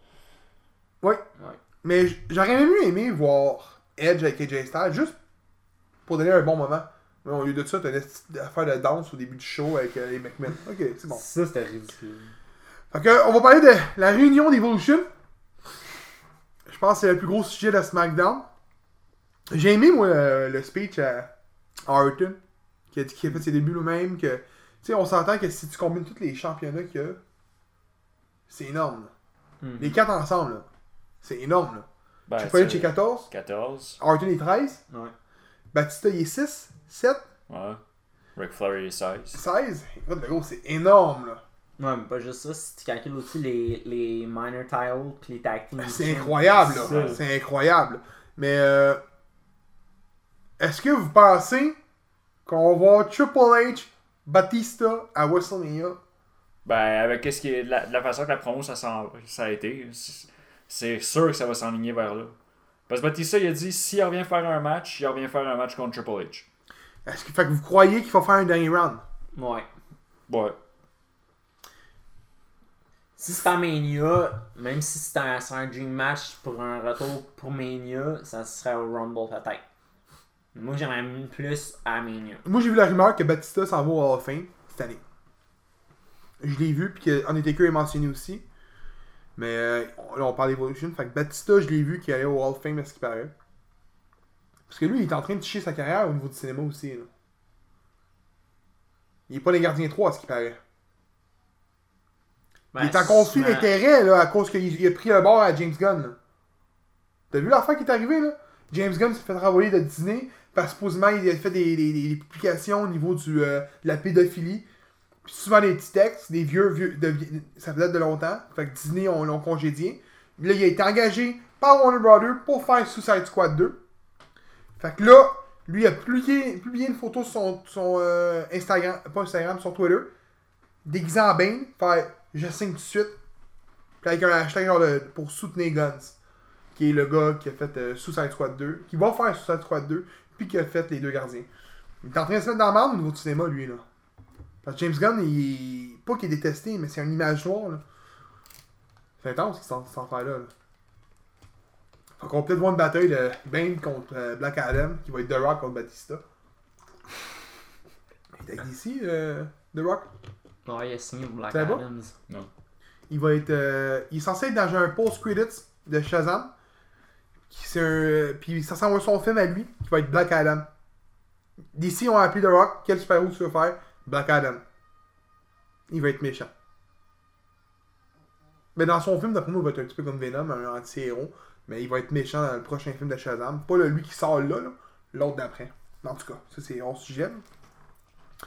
A: ouais.
C: Ouais.
A: Mais j- j'aurais même mieux aimé voir Edge avec AJ Styles juste pour donner un bon moment. Mais au lieu de ça, t'as une esti- affaire de danse au début du show avec euh, les McMahon. Ok, c'est bon.
C: Ça, c'était ridicule.
A: Fait que, on va parler de la réunion d'Evolution. Je pense que c'est le plus gros sujet de SmackDown. J'ai aimé, moi, le, le speech à Orton, qui a, dit- qui a fait ses débuts lui-même. Que, tu sais, on s'entend que si tu combines tous les championnats qu'il y a, c'est énorme. là.
C: Mhm.
A: Les quatre ensemble, là, c'est énorme. Là.
B: Ben,
A: Triple H
B: c'est-
A: est 14,
B: 14.
A: Orton est 13,
C: Ouais.
A: Batista il est 6, 7,
B: Ouais. Ric Flair est 16.
A: 16. Écoute, le gros, c'est énorme. là.
C: Ouais, mais pas juste ça, si tu calcules aussi les, les minor tiles pis les tag teams.
A: Ah, C'est incroyable, là.
C: Ça.
A: C'est incroyable. Mais euh, est-ce que vous pensez qu'on va voir Triple H, Batista à WrestleMania?
B: Ben, avec qu'est-ce qui est, la, la façon que la promo ça, s'en- ça a été, c'est- c'est sûr que ça va s'enligner vers là. Parce que Batista, il a dit s'il revient faire un match, il revient faire un match contre Triple H.
A: Est-ce que, fait que vous croyez qu'il va faire un dernier round?
C: Ouais.
B: Ouais.
C: Si c'est à Mania, même si c'est un, c'est un dream match pour un retour pour Mania, ça serait au Rumble peut-être. Moi, j'aimerais même plus à Mania.
A: Moi, j'ai vu la rumeur que Batista s'en va au Hall of Fame cette année. Je l'ai vu, puis que Undertaker est mentionné aussi. Mais euh, on- là, on parle d'Evolution. Fait que Batista, je l'ai vu qu'il allait au Hall of Fame, à ce qui paraît. Parce que lui, il est en train de chier sa carrière au niveau du cinéma aussi. là. Il est pas les gardiens 3, à ce qui paraît.
C: Ben,
A: il est en conflit d'intérêt là, à cause qu'il il a pris le bord à James Gunn. là. T'as vu l'affaire qui est arrivée, là? James Gunn s'est fait renvoyer de Disney parce que supposément il a fait des, des- des publications au niveau du, euh, de la pédophilie. Puis souvent des petits textes, des vieux, vieux de vie- ça date de longtemps. Fait que Disney on l'ont congédié. Puis Là, il a été engagé par Warner Brothers pour faire Suicide Squad 2. Fait que là, lui a publié, publié une photo sur son, son, euh, Instagram, pas Instagram, sur Twitter, déguisé en Bane, faire je signe tout de suite, puis avec un hashtag genre de- pour soutenir Guns, qui est le gars qui a fait euh, Suicide Squad 2, qui va faire Suicide Squad 2, puis qui a fait Les Deux Gardiens. Il est en train de se mettre dans la merde au niveau du cinéma, lui, là. Parce que James Gunn, il pas qu'il est détesté, mais c'est une image noire, là. C'est intense, qu'il s'en s'en fait là, là. Fait qu'on va peut-être voir une bataille de Bane contre euh, Black Adam, qui va être The Rock contre Batista. Il est avec DC, euh, The Rock.
C: Ouais, il a signé pour Black
A: C'est bon?
C: Adams.
A: Il va être. euh, il est censé être dans un post-credits de Shazam. Qui c'est un- euh, puis ça ressemble à son film à lui, qui va être Black Adam. D'ici, on a appelé The Rock. Quel super-héros tu veux faire Black Adam. Il va être méchant. Mais dans son film, d'après moi, il va être un petit peu comme Venom, un anti-héros. Mais il va être méchant dans le prochain film de Shazam. Pas le, lui qui sort là, là, l'autre d'après. En tout cas, ça c'est hors sujet. là.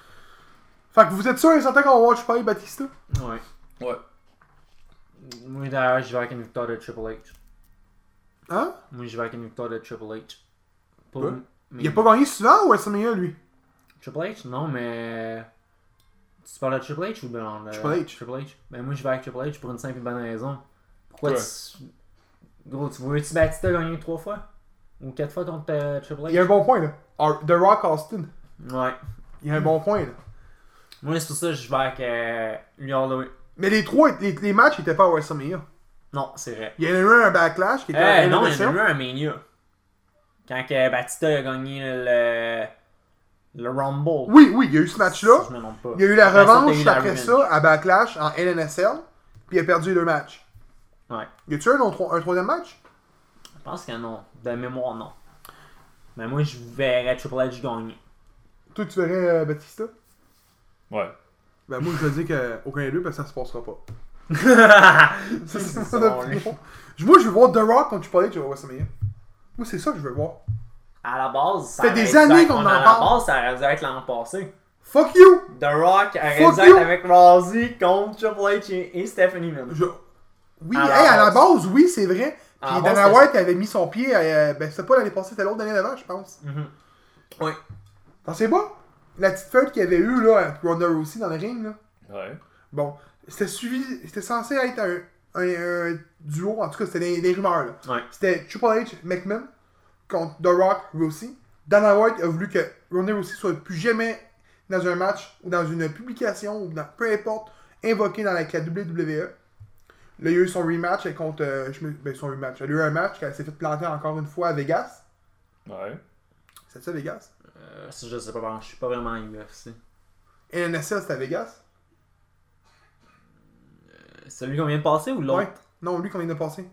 A: Fait que vous êtes sûr et certain qu'on va watch pas Batista
C: Ouais.
B: Ouais.
C: Moi d'ailleurs, je vais avec une victoire de Triple H.
A: Hein
C: Moi, je vais avec une victoire de Triple H. Pas-
A: Ouais.
C: mais-
A: Il a pas gagné souvent ou WrestleMania, lui
C: Triple H? Non, mais. Tu parles de Triple H ou de. de-
A: Triple H.
C: Triple H. Ben, moi, je vais avec Triple H pour une simple et bonne raison. Pourquoi
B: Ouais.
C: tu. Gros, tu veux-tu Batista gagner trois fois Ou quatre fois contre euh, Triple H
A: Il a un bon point, là. Or- Ah, The Rock Austin.
C: Ouais.
A: Il a un bon point, là.
C: Moi, c'est pour ça que je vais avec. Euh, lui Holloway.
A: Mais les trois, les, les matchs étaient pas à WrestleMania.
C: Non, c'est vrai.
A: Il y en a eu un à backlash qui était à
C: Euh, non, il y en a
A: Elimination.
C: eu un à Mania. Quand que Batista a gagné le. Le Rumble.
A: Oui, oui, il y a eu ce
C: Si
A: match-là.
C: je me trompe pas.
A: Il y a eu la
C: Après ça, t'as
A: revanche
C: eu la
A: après
C: revanche.
A: ça à backlash en LNSL. Puis il a perdu les deux matchs.
C: Ouais.
A: Y a-tu un, autre- un troisième match
C: Je pense que non. De mémoire, non. Mais moi, je verrais Triple H gagner. *laughs*
A: Toi, tu verrais euh, Batista
B: Ouais.
A: Ben, moi, je te dis qu'aucun des deux, parce que ça se passera *laughs* pas. Ça, c'est
C: C'est
A: mon
C: bon,
A: opinion. Moi, je veux voir The Rock contre Triple H à WrestleMania. Moi, c'est ça que je veux voir.
C: À la base, ça
A: fait
C: aurait
A: des
C: dû
A: années
C: être-
A: qu'on en
C: À la
A: parle.
C: base, ça aurait dû être l'an passé.
A: Fuck you
C: The Rock aurait
A: Fuck
C: dû être
A: you.
C: avec Rousey contre Triple H et, et Stephanie Man.
A: Je- Oui,
C: À
A: hey,
C: la
A: à la
C: base.
A: base, oui, c'est vrai.
C: À
A: Puis
C: la base,
A: Dana
C: c'est-
A: White avait mis son pied, euh, ben c'était pas l'année passée, c'était l'autre année d'avant, je pense.
C: Mhm.
A: T'en sais pas? La petite fête qu'il y avait eu, là, avec Ronda Rousey dans le ring, là.
B: Ouais.
A: Bon, c'était suivi, c'était censé être un, un- un duo, en tout cas, c'était des, des rumeurs, là.
C: Ouais.
A: C'était Triple H, McMahon contre The Rock, Rousey. Dana White a voulu que Ronda Rousey soit plus jamais dans un match ou dans une publication ou dans peu importe invoqué dans la, avec la WWE. Là, il y a eu son rematch elle, contre. euh, je me- ben, son rematch. Elle a eu un match qu'elle s'est fait planter encore une fois à Vegas.
B: Ouais.
A: C'est ça, Vegas
C: Euh, ça, je sais pas, vraiment, je suis pas vraiment UFC.
A: Et NSL, c'était à Vegas
C: Euh, Celui qu'on vient de passer ou l'autre
A: Ouais. Non, lui, combien il a passé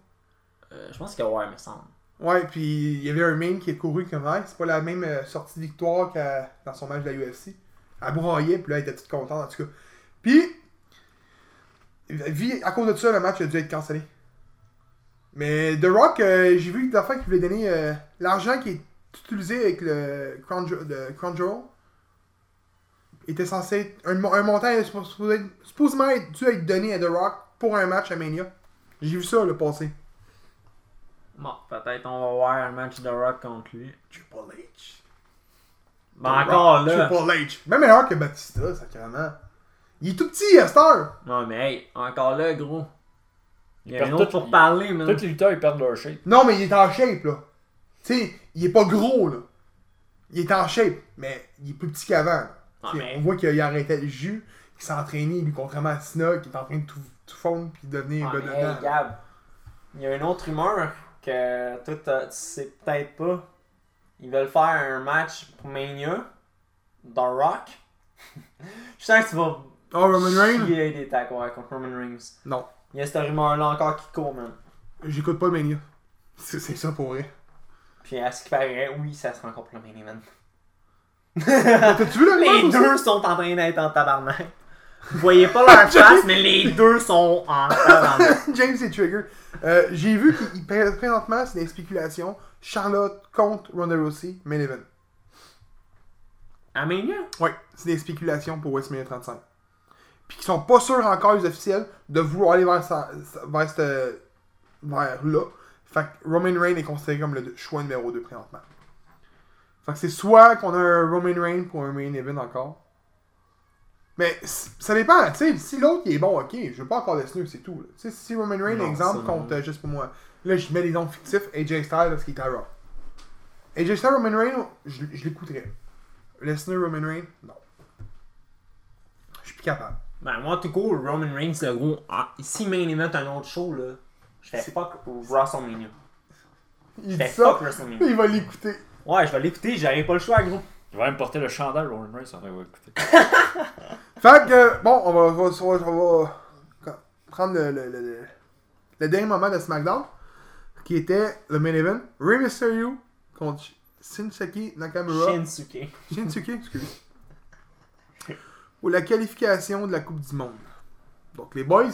C: Euh, Je pense que ouais, me semble.
A: Ouais, puis il y avait un main qui est couru comme ouais, c'est pas la même euh, sortie de victoire qu'à dans son match de la UFC. Elle broyait, puis là, elle était toute contente, en tout cas. Puis, vi- à cause de ça, le match a dû être cancellé. Mais The Rock, euh, j'ai vu des affaires qui voulaient donner euh, l'argent qui est utilisé avec le Crown, Ju- le Crown Jewel était censé être un, mo- un montant est supposé être- supposément être dû être donné à The Rock pour un match à Mania. J'ai vu ça le passé.
C: Bon, peut-être on va voir un match de Rock contre lui.
A: Triple H.
C: Ben, encore
A: Rock,
C: là.
A: Triple H. Même meilleur que Batista, sacrément. Il est tout petit à cette heure.
C: Non, mais hey, encore là, gros. Il y a
B: perd
C: un autre
B: tout-
C: pour
B: il-
C: parler, man.
B: Tous les lutteurs, ils perdent leur shape.
A: Non, mais il est en shape, là. Tu sais, il est pas gros, là. Il est en shape, mais il est plus petit qu'avant. là.
C: Ah,
A: Tu sais,
C: mais-
A: On voit qu'il a arrêté le jus, qu'il s'est entraîné, lui, contrairement à Cena, qui est en train de tout, tout fondre puis devenir
C: Ouais,
A: un
C: Ah, mais hey,
A: bedonnant.
C: Gab, il y a une autre rumeur que toi t'as- tu sais peut-être pas. Ils veulent faire un match pour Mania dans Rock. *laughs* Je sens que tu vas
A: Oh, Roman Reigns?
C: chier des tacs ouais, contre Roman Reigns.
A: Non,
C: Il y a cette rumeur-là encore qui court, man.
A: j'écoute pas Mania. C'est c'est ça pour vrai.
C: Puis à ce qui paraît, oui, ça sera encore pour
A: *laughs*
C: le main event.
A: T'as-tu vu le
C: Les
A: match aussi? *laughs*
C: deux sont en train d'être en tabarnak. Vous voyez pas leur face, mais les deux sont en tabarnak.
A: James et Trigger. Euh, J'ai vu qu'il pré- présentement, c'est des spéculations. Charlotte contre Ronda Rousey, main event.
C: Amélia?
A: Ouais, c'est des spéculations pour WrestleMania 35. Puis qui sont pas sûrs encore, les officiels, de vouloir aller vers, ça- ça- vers, cette- vers là. Fait que Roman Reigns est considéré comme le choix numéro 2 présentement. Fait que c'est soit qu'on a un Roman Reigns pour un main event encore. Mais c- ça dépend, tu sais, si l'autre il est bon, ok, je veux pas encore Lesnar, c'est tout. là. Tu sais, si Roman Reigns,
C: Non,
A: exemple,
C: ça, non.
A: compte juste pour moi. Là, je mets des noms fictifs, AJ Styles parce qu'il est à Raw. AJ Styles, Roman Reigns, je, je l'écouterais. Lesnar, Roman Reigns, non. Je suis plus capable.
C: Ben, moi, tout court, Roman Reigns, le gros, ah, si main event un autre show, là, je fais fuck WrestleMania.
A: Il
C: Ben,
A: dit ça,
C: fuck WrestleMania.
A: *laughs* il va l'écouter.
C: Ouais, je vais l'écouter, j'avais pas le choix, gros.
B: Je vais même porter le chandail Roman Reigns, on va écouter.
A: Fait que, bon, on va, on va- on va- on va prendre le, le- le- le- le dernier moment de SmackDown, qui était le main event. Rey Mysterio contre Shinsuke Nakamura.
C: Shinsuke.
A: Shinsuke, excuse. *laughs* Pour la qualification de la Coupe du Monde. Donc, les boys,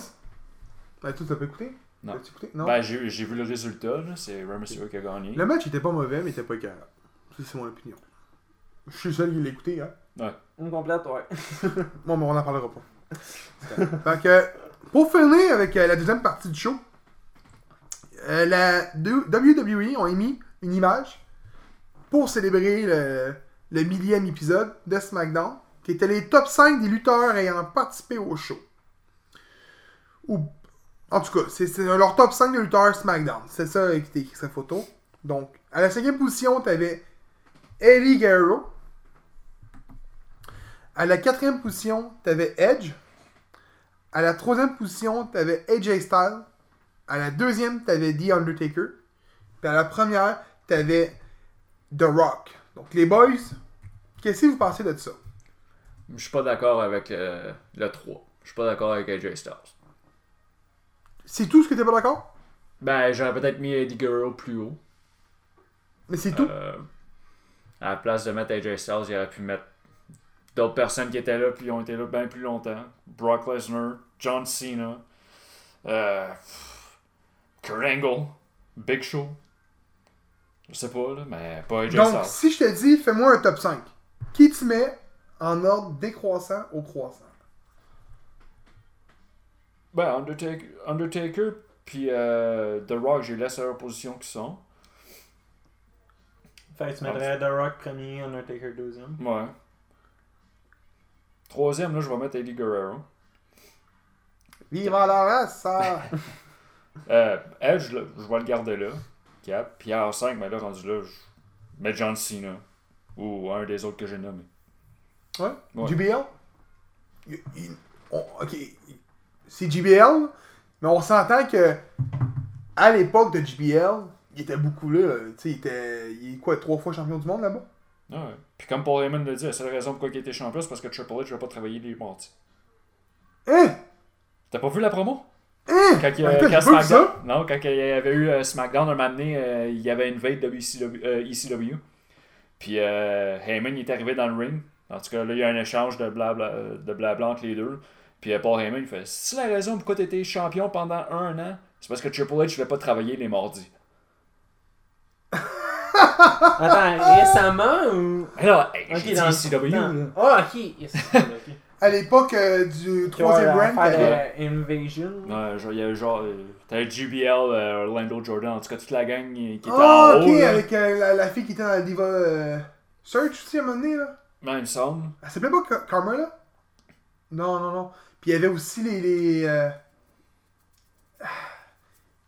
A: ben, tu t'as pas écouté?
B: Non.
A: T'as-tu écouté? Non.
B: Ben, j'ai j'ai vu le résultat, là, c'est Rey Mysterio qui a gagné.
A: Le match était pas mauvais, mais il était pas écœurant. Ça, C'est mon opinion. Je suis le seul qui l'a écouté, hein.
C: Une complète, ouais.
A: Bon, mais on en parlera pas. fait que, pour finir avec euh, la deuxième partie du show, euh, la deux- WWE ont émis une image pour célébrer le, le millième épisode de SmackDown, qui était les top 5 des lutteurs ayant participé au show. Ou, en tout cas, c'est c'est leur top 5 des lutteurs SmackDown. C'est ça qui était écrit sur la photo. Donc, à la cinquième position, t'avais Eddie Guerrero. À la quatrième position, t'avais Edge. À la troisième position, t'avais AJ Styles. À la deuxième, t'avais The Undertaker. Puis à la première, t'avais The Rock. Donc les boys, qu'est-ce que vous pensez de ça?
B: Je suis pas d'accord avec euh, le 3. Je suis pas d'accord avec AJ Styles.
A: C'est tout ce que t'es pas d'accord?
B: Ben, j'aurais peut-être mis Eddie Guerrero plus haut.
A: Mais c'est tout?
B: Euh, à la place de mettre AJ Styles, il aurait pu mettre d'autres personnes qui étaient là, puis ils ont été là bien plus longtemps. Brock Lesnar, John Cena, euh, pff, Kurt Angle, Big Show. Je sais pas, là, mais pas AJ
A: Donc
B: Styles.
A: si je te dis, fais-moi un top 5. Qui tu mets en ordre décroissant au croissant?
B: Ben, Undertaker, Undertaker puis euh, The Rock, j'ai laissé à leur position qu'ils sont.
C: *laughs* Fait que tu mettrais The Rock premier, Undertaker *laughs* deuxième.
B: Ouais. Troisième, là, je vais mettre Eddie Guerrero.
A: Vive la race! ça!
B: Euh, Edge, là, je vais le garder là. Cap. Puis en 5, mais là, rendu là, je mets John Cena. Ou un des autres que j'ai nommé.
A: Ouais.
B: Ouais.
A: JBL? Il- il- on- ok. il- C'est JBL, mais on s'entend que à l'époque de JBL, il était beaucoup là. là. Tu sais, il était. Il est quoi, trois fois champion du monde là-bas?
B: Ouais. Puis comme Paul Heyman le dit, la seule raison pourquoi il était champion, c'est parce que Triple H va pas travailler les mardis.
A: Hein?
B: T'as pas vu la promo?
A: Hein?
B: Quand, il,
A: Ben,
B: euh,
A: t'as
B: quand
A: pas vu
B: SmackDown, non, quand il y avait eu euh, SmackDown, un moment donné, euh, il y avait une veille de ECW. euh, ECW. Puis euh, Heyman il est arrivé dans le ring. En tout cas, là, il y a un échange de blabla, euh, de blabla entre les deux. Puis euh, Paul Heyman, il fait C'est la raison pourquoi tu étais champion pendant un an C'est parce que Triple H ne voulait pas travailler les mardis.
C: Attends, récemment ou.
B: Alors, hey,
C: Ok,
B: j'ai
C: dans le
B: dit E ECW.
C: temps.
B: là.
C: Ah, ok, yes. ok.
A: À l'époque euh, du *laughs* troisième
C: Ouais,
A: brand, t'avais-
C: l'affaire de euh, Invasion.
B: Ouais, genre, il y a genre. euh, T'avais JBL, euh, Orlando Jordan, en tout cas, toute la gang euh, qui était
A: Ah,
B: en
A: ok,
B: haut. là.
A: avec euh, la, la fille qui était dans la Diva euh, Search aussi à un moment donné, là.
B: Ouais, il me semble.
A: Elle s'appelait pas Ka- Carmela? Non, non, non. Puis il y avait aussi les. les euh,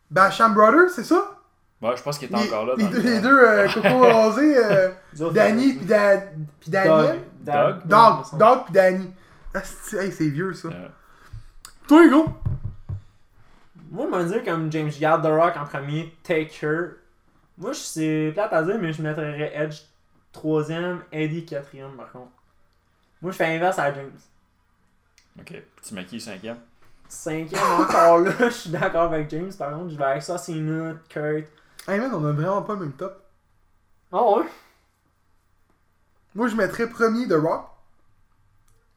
A: Basham Brothers, c'est ça?
B: Ouais, je pense qu'il était
A: les,
B: encore là.
A: les
B: dans
A: deux,
B: le-
A: les deux euh, Coco
B: *laughs*
A: Rosé, euh, Danny puis da, puis Daniel.
B: Dog.
A: Dog, Dog puis Danny. Ah, c'est hey, c'est vieux ça.
B: Ouais.
A: Toi, gros.
C: Moi, je vais dire comme James, je garde The Rock en premier, Taker. Moi, je c'est plate à dire, mais je mettrais Edge troisième, Eddie quatrième, par contre. Moi, je fais inverse à James.
B: Ok, petit maquis cinquième.
C: Cinquième
A: *laughs*
C: encore là, je suis d'accord avec James, par contre, je vais avec ça, c'est Nut, Kurt.
A: Hey man, on a vraiment pas le même top. Ah
C: Oh ouais?
A: Moi, je mettrais premier The Rock.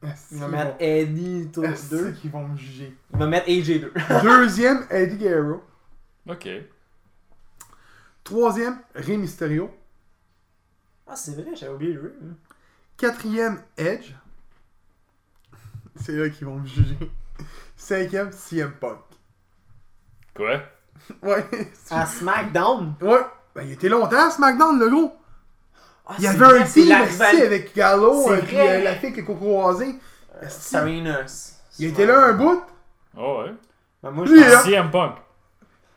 A: Est-ce
C: Il va
A: qu'ils
C: mettre Eddie
A: vont-
C: tour
A: est-ce
C: 2.
A: qu'ils vont me juger.
C: Il va mettre AJ 2.
A: Deuxième, Eddie Guerrero.
B: Ok.
A: Troisième, Rey Mysterio.
C: *laughs* Ah, c'est vrai, j'avais oublié lui. hein.
A: Quatrième, Edge. C'est là qu'ils vont me juger. Cinquième, CM Punk.
B: Quoi?
A: Ouais.
C: À Ah, SmackDown.
A: Ouais. Ben, il était longtemps à SmackDown, le gros.
C: Ah,
A: Il y
C: c'est
A: avait
C: vrai,
A: un
C: c'est
A: team
C: la
A: aussi
C: rival-
A: avec Gallo
C: C'est
A: et puis,
C: vrai.
A: euh, la fille qui est croisée. Esti.
C: Salinas.
A: Il était là un bout.
B: Oh ouais.
C: Ben, moi,
A: Lui,
C: je pense...
A: hein.
B: CM Punk.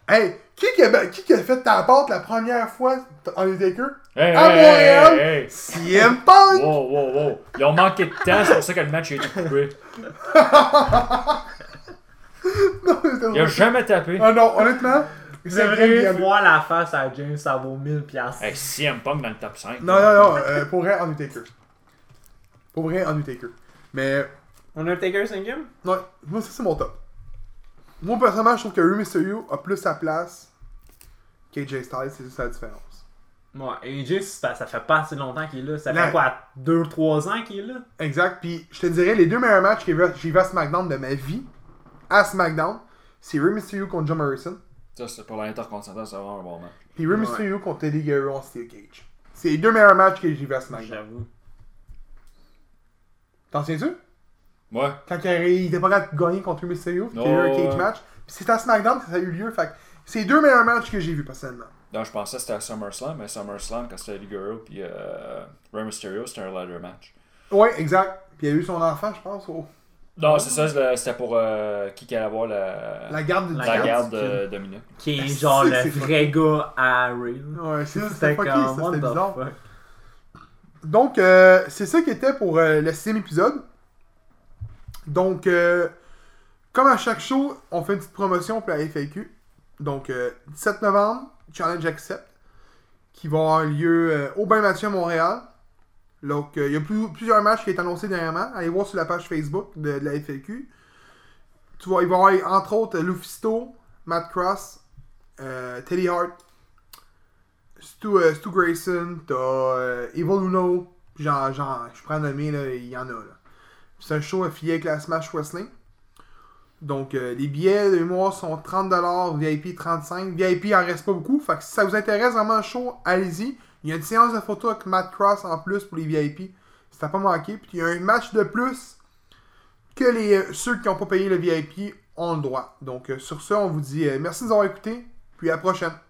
A: Hey, qui qui a, qui qui a fait ta porte la première fois en Undertaker? À
B: Hey, hey,
A: Ah, Montréal.
B: hey, hey.
A: CM Punk!
B: *laughs* Wow, wow, wow. Ils ont manqué de temps, c'est pour ça que le match a été coupé.
A: *laughs* Non, c'était
B: Il a
A: drôle.
B: jamais tapé.
A: Ah non, honnêtement, c'est vrai qu'il y a- Non,
C: voir la face à James, ça vaut 1000 piastres.
B: Hey, CM Punk dans le top 5.
A: non, non, euh, pour vrai, Undertaker. Pour vrai, Undertaker. Mais,
C: On a un Taker 5ème?
A: non, moi, ça, c'est mon top. Moi, personnellement, je trouve que Rey Mysterio a plus sa place qu'AJ Styles, c'est juste la différence.
C: Ouais, AJ, ça, ça fait pas assez longtemps qu'il est là. Ça
A: Non.
C: fait quoi, 2-3 ans qu'il est là?
A: Exact, puis je te dirais, les deux meilleurs matchs que j'ai vu à SmackDown de ma vie, à SmackDown, c'est Rey Mysterio contre John Morrison,
B: Ça, c'est pour l'Intercontinental, ça va avoir un bon match.
A: puis Rey Mysterio contre Teddy Guerrero en Steel Cage. C'est les deux meilleurs matchs que j'ai vu à SmackDown.
C: J'avoue.
A: T'en souviens-tu?
B: Ouais.
A: quand il arrive, il était pas capable de gagner contre Mysterio, fait qu'il y a eu un
B: Oh,
A: cage
B: ouais.
A: match. Puis c'est à SmackDown que ça a eu lieu, fait que c'est les deux meilleurs matchs que j'ai vus personnellement.
B: Non, je pensais que c'était à SummerSlam, mais SummerSlam, quand c'était Liguro puis euh, Rey Mysterio, c'était un ladder match.
A: Ouais, exact. Puis il y a eu son enfant, je pense, au-
B: Non, c'est ça, c'est- c'était pour euh, qui qui allait avoir la,
A: la garde de
C: La
B: la
C: garde.
B: garde de Dominique.
C: Qui est
A: Est-ce
C: genre
A: que
C: le
A: Ah, c'est
C: vrai gars à Ray. là.
A: Ouais, c'est ça, c'était
C: C'était
A: fucké,
C: comme,
A: ça,
C: what
A: c'était
C: the
A: bizarre.
C: fuck.
A: Donc, euh, c'est ça qui était pour euh, le sixième épisode. Donc, euh, comme à chaque show, on fait une petite promotion pour la FAQ. Donc, euh, 17 novembre, Challenge Accept, qui va avoir lieu euh, au Bain Mathieu à Montréal. Donc, euh, il y a plus- plusieurs matchs qui est annoncé dernièrement. Allez voir sur la page Facebook de, de la FAQ. Tu vois, il va y avoir entre autres Lufisto, Matt Cross, euh, Teddy Hart, Stu, euh, Stu Grayson, t'as euh, Evil Uno, genre, genre, je prends nommer, là, il y en a, là. C'est un show affilié avec la Smash Wrestling. Donc, euh, les billets de mémoire sont 30$, VIP 35$. VIP, il en reste pas beaucoup. Fait que si ça vous intéresse vraiment le show, allez-y. Il y a une séance de photos avec Matt Cross en plus pour les VIP. Si t'as pas manqué. Puis il y a un match de plus que les, ceux euh, qui n'ont pas payé le VIP ont le droit. Donc, euh, sur ce, on vous dit euh, merci de nous avoir écoutés. Puis à la prochaine.